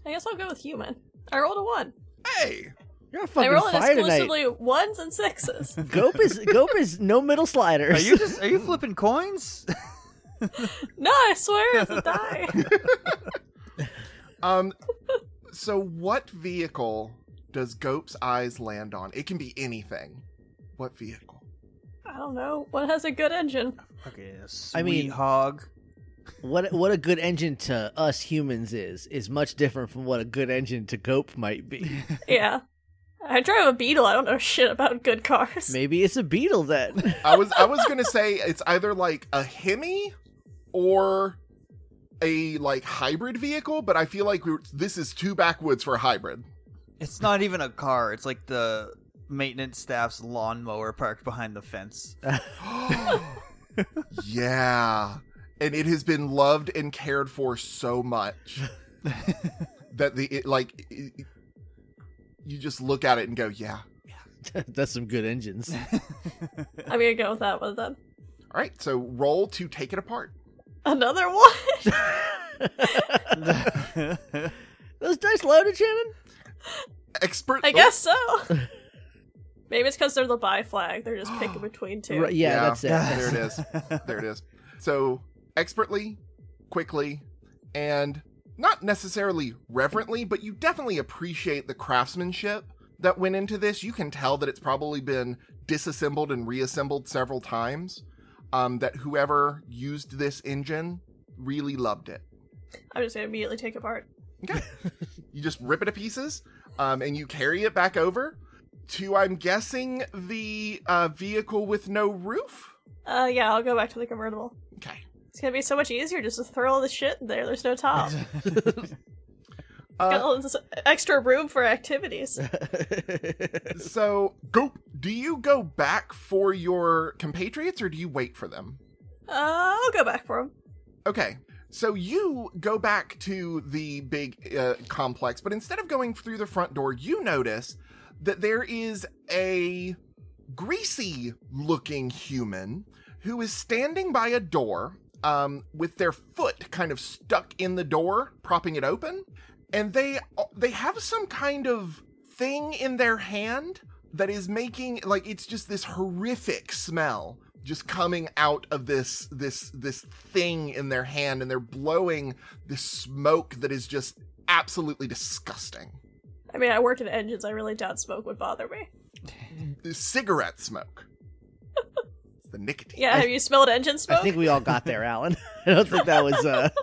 S3: guess I'll go with human. I rolled a one.
S4: Hey!
S1: You're on
S3: I
S1: fucking
S3: rolled
S1: fire
S3: exclusively
S1: tonight.
S3: ones and sixes.
S1: Gope is Gope is no middle
S2: Are
S1: sliders.
S2: you just are you flipping coins?
S3: no, I swear it's a die.
S4: Um, so what vehicle does Gope's eyes land on? It can be anything. What vehicle?
S3: I don't know. What has a good engine?
S2: Okay, a sweet
S1: I mean-
S2: hog.
S1: what what a good engine to us humans is is much different from what a good engine to Gope might be.
S3: Yeah. I drive a Beetle. I don't know shit about good cars.
S1: Maybe it's a beetle then.
S4: I was I was gonna say it's either like a Hemi or a like hybrid vehicle, but I feel like we this is too backwoods for a hybrid.
S2: It's not even a car. It's like the maintenance staff's lawnmower parked behind the fence.
S4: yeah. And it has been loved and cared for so much that the it, like it- it- you just look at it and go, yeah.
S1: That's some good engines.
S3: I'm gonna go with that one then.
S4: All right, so roll to take it apart.
S3: Another one.
S1: Those dice loaded, Shannon.
S4: Expert
S3: I guess so. Maybe it's because they're the buy flag. They're just picking between two.
S1: Right, yeah,
S4: Yeah.
S1: that's it.
S2: Yeah.
S4: There it is. There it is. So, expertly, quickly, and not necessarily reverently, but you definitely appreciate the craftsmanship that went into this. You can tell that it's probably been disassembled and reassembled several times. Um, that whoever used this engine really loved it.
S3: I'm just gonna immediately take apart.
S4: You just rip it to pieces, um, and you carry it back over to, I'm guessing, the uh, vehicle with no roof.
S3: Uh, yeah, I'll go back to the convertible.
S4: Okay.
S3: It's gonna be so much easier just to throw all the shit in there. There's no top. Got
S4: Uh,
S3: all this extra room for activities. Uh,
S4: so goop do you go back for your compatriots or do you wait for them
S3: Uh, I'll go back for him.
S4: okay so you go back to the big uh, complex but instead of going through the front door you notice that there is a greasy looking human who is standing by a door um, with their foot kind of stuck in the door propping it open and they they have some kind of thing in their hand that is making like it's just this horrific smell just coming out of this this this thing in their hand and they're blowing this smoke that is just absolutely disgusting
S3: I mean, I worked in engines. I really doubt smoke would bother me.
S4: This cigarette smoke it's the nicotine
S3: Yeah, have you smelled engine
S1: I
S3: smoke?
S1: think we all got there, Alan. I don't think that was uh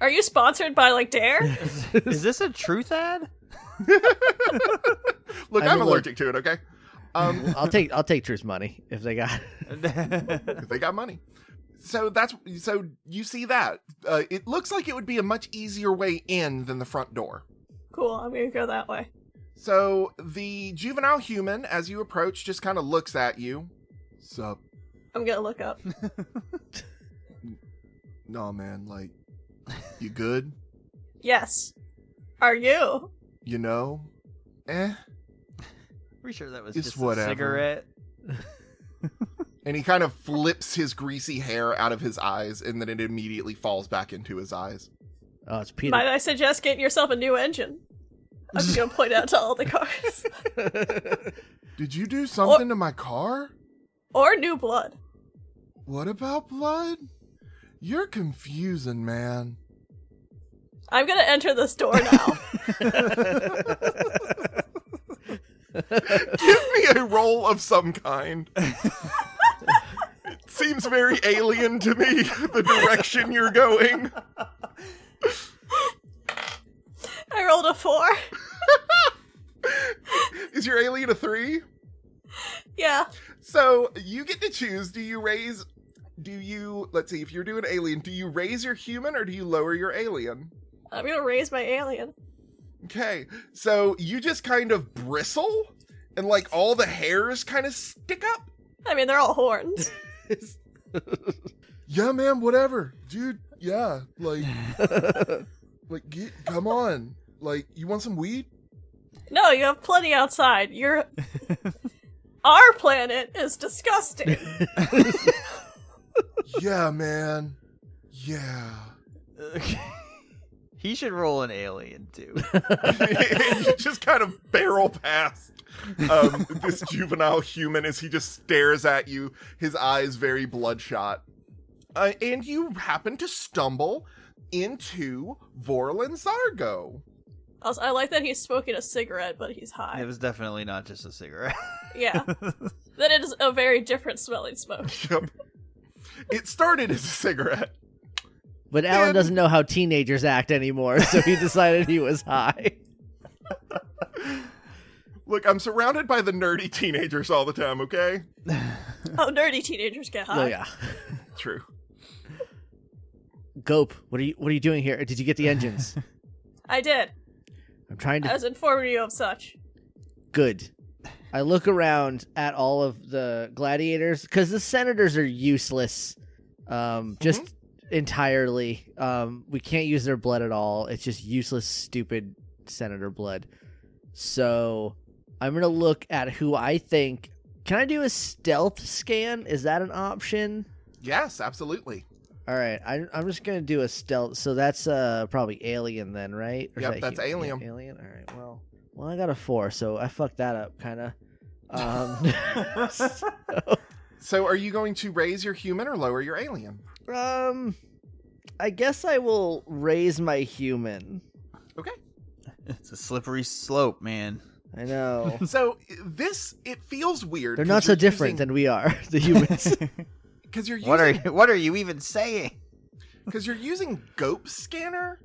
S3: Are you sponsored by like Dare?
S2: is this a truth ad?
S4: look
S1: I'm
S4: i'm,
S1: allergic.
S4: allergic to it okay um
S1: I'll take I'll take Truth's money if they got
S4: if they got money. So that's so you see that uh, it looks like it would be a much easier way in than the front door.
S3: cool. I'm gonna go that way.
S4: So the juvenile human, as you approach, just kind of looks at you. Sup?
S3: I'm gonna look up.
S4: No, man. Like, you good?
S3: Yes. Are you?
S4: You know? Eh.
S2: Pretty sure that was
S4: It's
S2: just
S4: whatever.
S2: a cigarette.
S4: And he kind of flips his greasy hair out of his eyes, and then it immediately falls back into his eyes.
S1: Oh, it's Peter.
S3: Might I suggest getting yourself a new engine? I'm just gonna point out to all the cars.
S4: Did you do something to my car?
S3: or new blood.
S4: What about blood? You're confusing, man.
S3: I'm gonna enter this door now.
S4: Give me a roll of some kind. it seems very alien to me, the direction you're going.
S3: I rolled a four.
S4: Is your alien a three?
S3: Yeah.
S4: So you get to choose do you raise. Do you. Let's see, if you're doing alien, do you raise your human or do you lower your alien?
S3: I'm gonna raise my alien.
S4: Okay, so you just kind of bristle and like all the hairs kind of stick up.
S3: I mean, they're all horns.
S4: Yeah, man, whatever. Dude, yeah. Like, like get, come on. Like, you want some weed?
S3: No, you have plenty outside. Your our planet is disgusting.
S4: yeah, man. Yeah.
S2: he should roll an alien too.
S4: you just kind of barrel past um, this juvenile human as he just stares at you, his eyes very bloodshot. Uh, and you happen to stumble into Vorlin Zargo.
S3: Also, I like that he's smoking a cigarette, but he's high.
S2: It was definitely not just a cigarette.
S3: yeah. That is a very different smelling smoke.
S4: Yep. It started as a cigarette.
S1: But Alan
S4: And-
S1: doesn't know how teenagers act anymore, so he decided he was high.
S4: Look, I'm surrounded by the nerdy teenagers all the time, okay?
S3: Oh, nerdy teenagers get high.
S1: Oh yeah.
S4: True.
S1: Gope, what are you what are you doing here? Did you get the engines?
S3: I did.
S1: I'm trying to
S3: I was informing you of such.
S1: good. I look around at all of the gladiators because the senators are useless, um, just entirely. Um, we can't use their blood at all. It's just useless, stupid senator blood. So I'm gonna look at who I think. Can I do a stealth scan? Is that an option?
S4: Yes, absolutely.
S1: All right, I, I'm just gonna do a stealth. So that's uh probably alien then, right? is
S4: Yep,
S1: that
S4: that's
S1: hu- yeah,
S4: alien.
S1: alien. All right. Well, well, I got a four, so I fucked that up, kind of. Um,
S4: So, are you going to raise your human or lower your alien?
S1: um, I guess I will raise my human.
S4: Okay.
S2: it's a slippery slope, man.
S1: I know
S4: So, this, it feels weird.
S1: they're not so different than we are, the humans.
S4: Because you're
S2: What are
S4: using,
S2: you, what are you even saying?
S4: because you... are using Gope Scanner.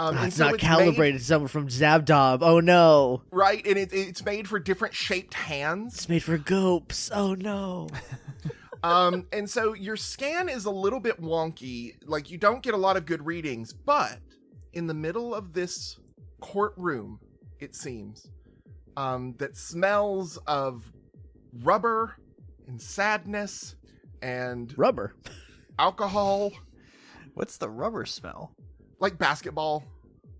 S4: Um,
S1: Ah,
S4: and
S1: it's
S4: so
S1: not
S4: made-
S1: calibrated. Someone from Zabdob. Oh no,
S4: right, and it, it's made for different shaped hands.
S1: it's made for gopes. Oh no.
S4: um, and so your scan is a little bit wonky. Like you don't get a lot of good readings, but in the middle of this courtroom, it seems, um, that smells of rubber and sadness and
S1: Rubber.
S4: alcohol,
S2: What's the rubber smell?
S4: like basketball.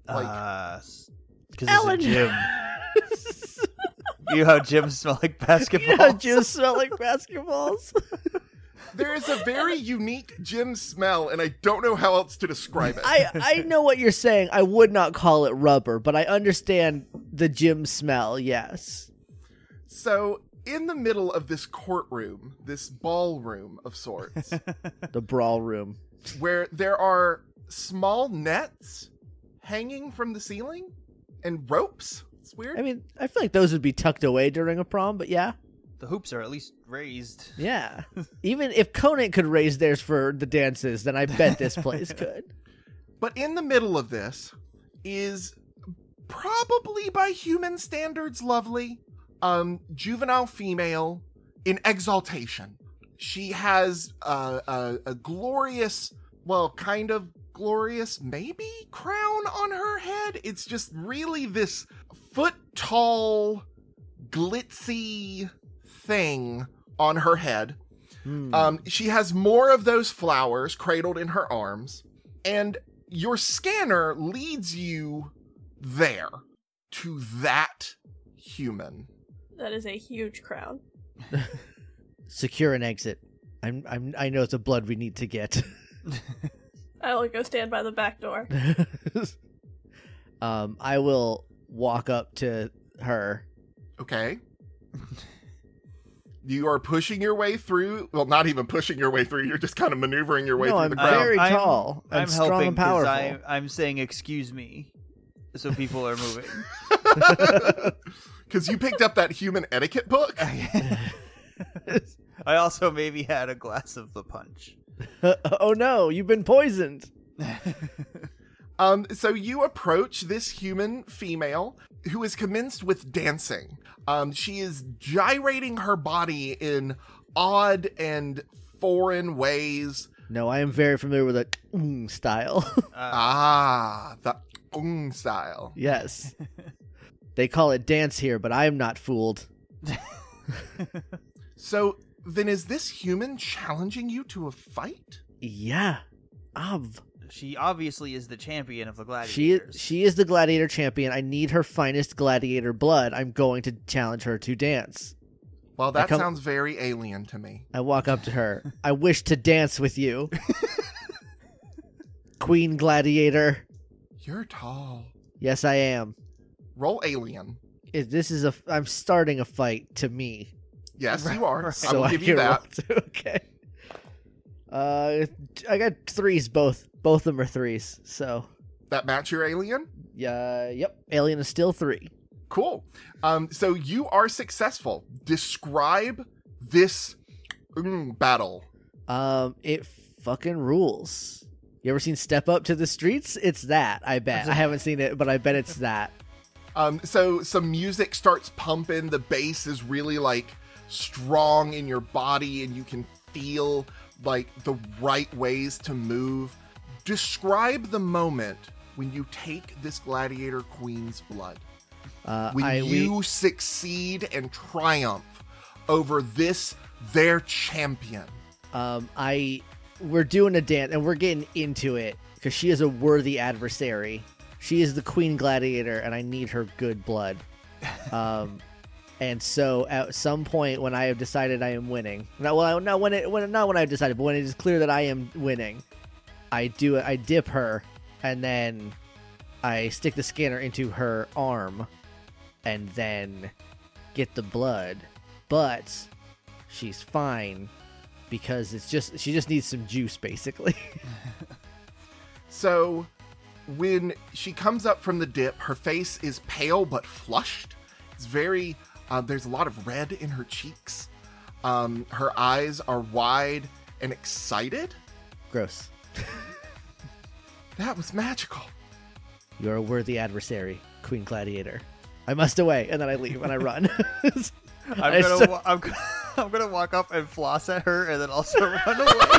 S4: Like-
S2: uh, s- 'cause
S1: Ellen.
S2: it's a gym. You know how gyms smell like
S1: you
S2: basketball.
S1: know, just smell like basketballs.
S4: There is a very unique gym smell, and I don't know how else to describe it.
S1: I I know what you're saying. I would not call it rubber, but I understand the gym smell. Yes.
S4: So, in the middle of this courtroom, this ballroom of sorts,
S1: The brawl room.
S4: where there are small nets hanging from the ceiling and ropes. It's weird.
S1: I mean, I feel like those would be tucked away during a prom, but yeah.
S2: the hoops are at least raised.
S1: Yeah. Even if Conant could raise theirs for the dances, then I bet this place could.
S4: but in the middle of this is probably by human standards lovely um juvenile female in exaltation. She has uh, a a glorious, well, kind of glorious maybe crown on her head. It's just really this foot tall glitzy thing on her head.
S1: Hmm.
S4: Um, she has more of those flowers cradled in her arms, and your scanner leads you there to that human.
S3: That is a huge crown.
S1: Secure an exit. I'm, I'm I know the blood we need to get.
S3: I will go stand by the back door.
S1: um, I will walk up to her.
S4: Okay. you are pushing your way through. Well, not even pushing your way through. You're just kind of maneuvering your way
S1: no,
S4: through
S1: I'm
S4: the crowd.
S1: very
S2: I'm-
S1: tall. I'm, strong
S2: helping
S1: and
S2: 'cause
S1: powerful.
S2: I'm, I'm saying excuse me, so people are moving.
S4: Because you picked up that human etiquette book.
S2: I also maybe had a glass of the punch.
S1: oh no, you've been poisoned.
S4: Um, so you approach this human female who is commenced with dancing. Um, she is gyrating her body in odd and foreign ways.
S1: No, I am very familiar with the mm style.
S2: Uh,
S4: Ah, the ung style.
S1: yes. They call it dance here, but I am not fooled.
S4: So then, is this human challenging you to a fight?
S1: Yeah. Av.
S2: She obviously is the champion of the
S1: She
S2: gladiators.
S1: is she is the gladiator champion. I need her finest gladiator blood. I'm going to challenge her to dance.
S4: Well, that
S1: come-
S4: sounds very alien to me.
S1: I walk up to her. I wish to dance with you. Queen Gladiator.
S4: You're tall.
S1: Yes, I am.
S4: Roll alien.
S1: If this is a I'm starting a fight to me.
S4: Yes, you are.
S2: Right.
S4: I will give you
S1: can roll
S4: that.
S1: too. okay. Uh I got threes both. Both of them are threes. So,
S4: That match your alien?
S1: yeah, yep. Alien is still 3.
S4: Cool. Um, so you are successful. Describe this mm, battle.
S1: Um, it fucking rules. You ever seen Step Up to the Streets? It's that, I bet. I haven't seen it, but I bet it's that.
S4: Um, so some music starts pumping. The bass is really like strong in your body, and you can feel like the right ways to move. Describe the moment when you take this gladiator queen's blood.
S1: Uh,
S4: when
S1: I,
S4: you
S1: we,
S4: succeed and triumph over this their champion.
S1: um, I, we're doing a dance and we're getting into it because she is a worthy adversary. She is the queen gladiator, and I need her good blood. Um, and so at some point when I have decided I am winning, not well, I- not when it, when not when I've decided, but when it is clear that I am winning, I do I dip her, and then I stick the scanner into her arm, and then get the blood. But she's fine because it's just she just needs some juice basically.
S4: So when she comes up from the dip, her face is pale but flushed. It's very, uh, there's a lot of red in her cheeks. Um, her eyes are wide and excited.
S1: Gross.
S4: That was magical.
S1: You're a worthy adversary, Queen Gladiator. I must away, and then I leave and I run.
S2: I'm
S1: so-
S2: gonna, wa- I'm, g- I'm gonna walk up and floss at her, and then also run away.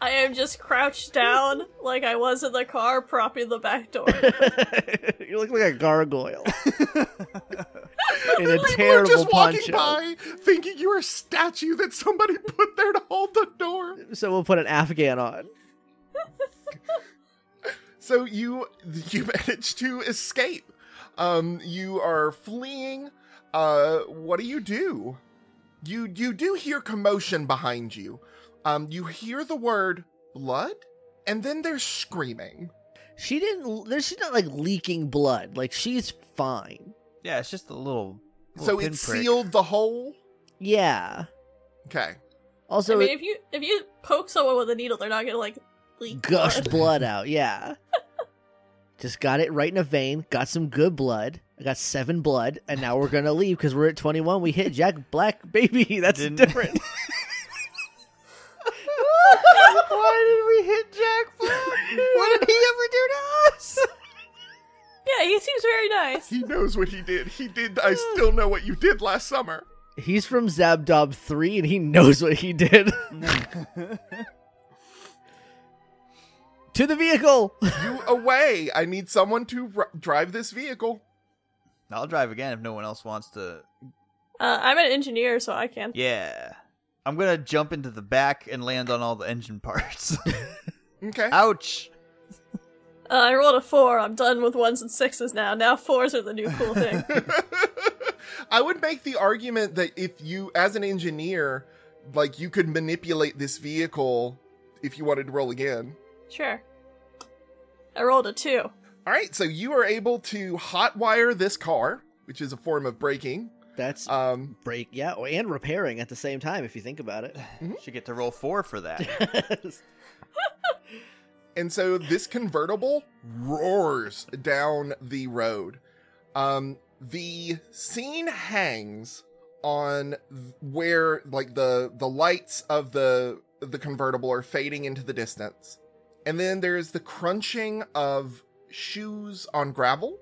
S3: I am just crouched down like I was in the car, propping the back door.
S1: you look like a gargoyle in a
S4: We're
S1: terrible
S4: just
S1: poncho.
S4: walking by, thinking you're a statue that somebody put there to hold the door.
S1: So we'll put an Afghan on.
S4: So you you manage to escape. Um, you are fleeing. Uh, what do you do? You you do hear commotion behind you. Um, you hear the word blood, and then there's screaming.
S1: She didn't. There's she's not like leaking blood. Like she's fine.
S2: yeah, it's just a little.
S4: so
S2: little
S4: it
S2: pinprick.
S4: sealed the hole.
S1: Yeah.
S4: Okay.
S1: Also,
S3: I mean, if you if you poke someone with a needle, they're not gonna like leak.
S1: gush
S3: blood.
S1: blood out. Yeah. Just got it right in a vein. Got some good blood. I got seven blood, and now we're gonna leave because we're at twenty one. We hit Jack Black, baby. That's
S2: Didn't-
S1: different.
S2: Why did we hit Jack Black? What did he ever do to us?
S3: Yeah, he seems very nice.
S4: He knows what he did. He did. I still know what you did last summer.
S1: He's from Zabdob three, and he knows what he did. to the vehicle.
S4: You away. I need someone to r- drive this vehicle.
S2: I'll drive again if no one else wants to.
S3: Uh, I'm an engineer, so I can.
S2: Yeah, I'm gonna jump into the back and land on all the engine parts.
S4: Okay.
S2: Ouch!
S3: Uh, I rolled a four. I'm done with ones and sixes now. Now fours are the new cool thing.
S4: I would make the argument that if you, as an engineer, like you could manipulate this vehicle if you wanted to roll again.
S3: sure. I rolled a two.
S4: All right, so you are able to hotwire this car, which is a form of braking.
S1: That's
S4: Um,
S1: break. Yeah, oh, and repairing at the same time. If you think about
S2: Should get to roll four for that.
S1: it.
S4: and so this convertible roars down the road. Um, the scene hangs on th- where like the the lights of the the convertible are fading into the distance. And then there's the crunching of shoes on gravel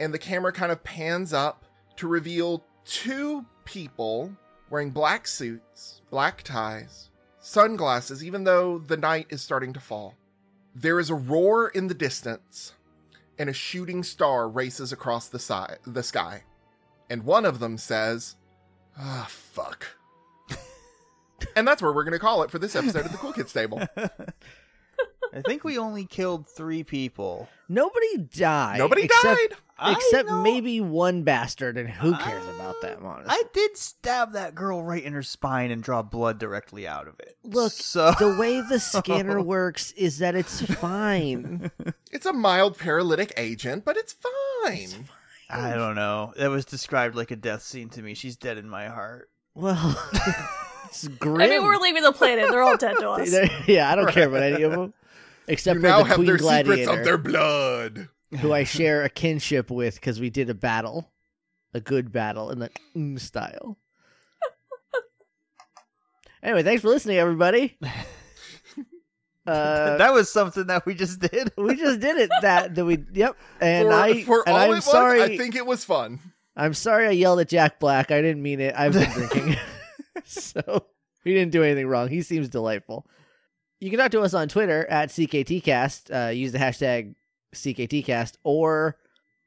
S4: and the camera kind of pans up to reveal two people wearing black suits, black ties, sunglasses even though the night is starting to fall. There is a roar in the distance, and a shooting star races across the, si- the sky. And one of them says, Ah, fuck. And that's where we're going to call it for this episode of the Cool Kids Table.
S2: I think we only killed three people.
S1: Nobody died.
S4: Nobody
S1: except,
S4: died.
S2: I
S1: Except
S2: know-
S1: maybe one bastard, and who cares
S2: Uh,
S1: about them, honestly?
S2: I did stab that girl right in her spine and draw blood directly out of it.
S1: Look,
S2: so
S1: the way the scanner works is that it's fine.
S4: It's a mild paralytic agent, but it's fine.
S1: It's fine.
S2: I don't know. That was described like a death scene to me. She's dead in my heart.
S1: Well, it's grim.
S3: I mean, we're leaving the planet. They're all dead to us.
S1: yeah, I don't care about any of them. Except
S4: you
S1: for
S4: now
S1: the
S4: have
S1: Queen
S4: their secrets
S1: Gladiator,
S4: of their blood.
S1: who I share a kinship with because we did a battle, a good battle in the mm style. anyway, thanks for listening, everybody. Uh,
S2: that was something that we just did.
S1: we just did it. That that we yep. And
S4: for,
S1: I
S4: for
S1: and
S4: all
S1: I'm
S4: it was,
S1: sorry.
S4: I think it was fun.
S1: I'm sorry I yelled at Jack Black. I didn't mean it. I've been drinking. so he didn't do anything wrong. He seems delightful. You can talk to us on Twitter at CKTcast. Uh, use the hashtag CKTcast or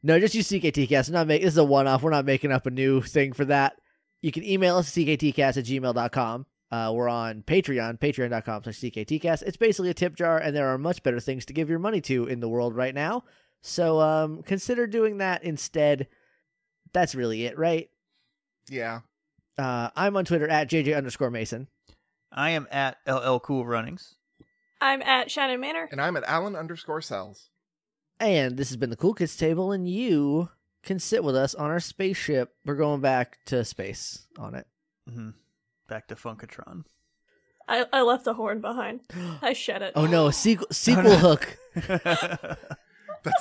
S1: no, just use CKTcast. I'm not make, this is a one off. We're not making up a new thing for that. You can email us at CKTcast at gmail.com. Uh, we're on Patreon, patreon.com slash CKTcast. It's basically a tip jar, and there are much better things to give your money to in the world right now. So um, consider doing that instead that's really it, right?
S4: Yeah.
S1: Uh, I'm on Twitter at JJ underscore Mason.
S2: I am at LL Cool Runnings.
S3: I'm at Shannon Manor.
S4: And I'm at Alan underscore cells.
S1: And this has been the Cool Kids Table, and you can sit with us on our spaceship. We're going back to space on it.
S2: hmm Back to Funkatron.
S3: I, I left the horn behind. I shed it.
S1: Oh no, a sequel, sequel hook.
S4: That's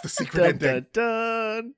S4: the secret
S1: Dun,
S4: ending.
S1: dun, dun.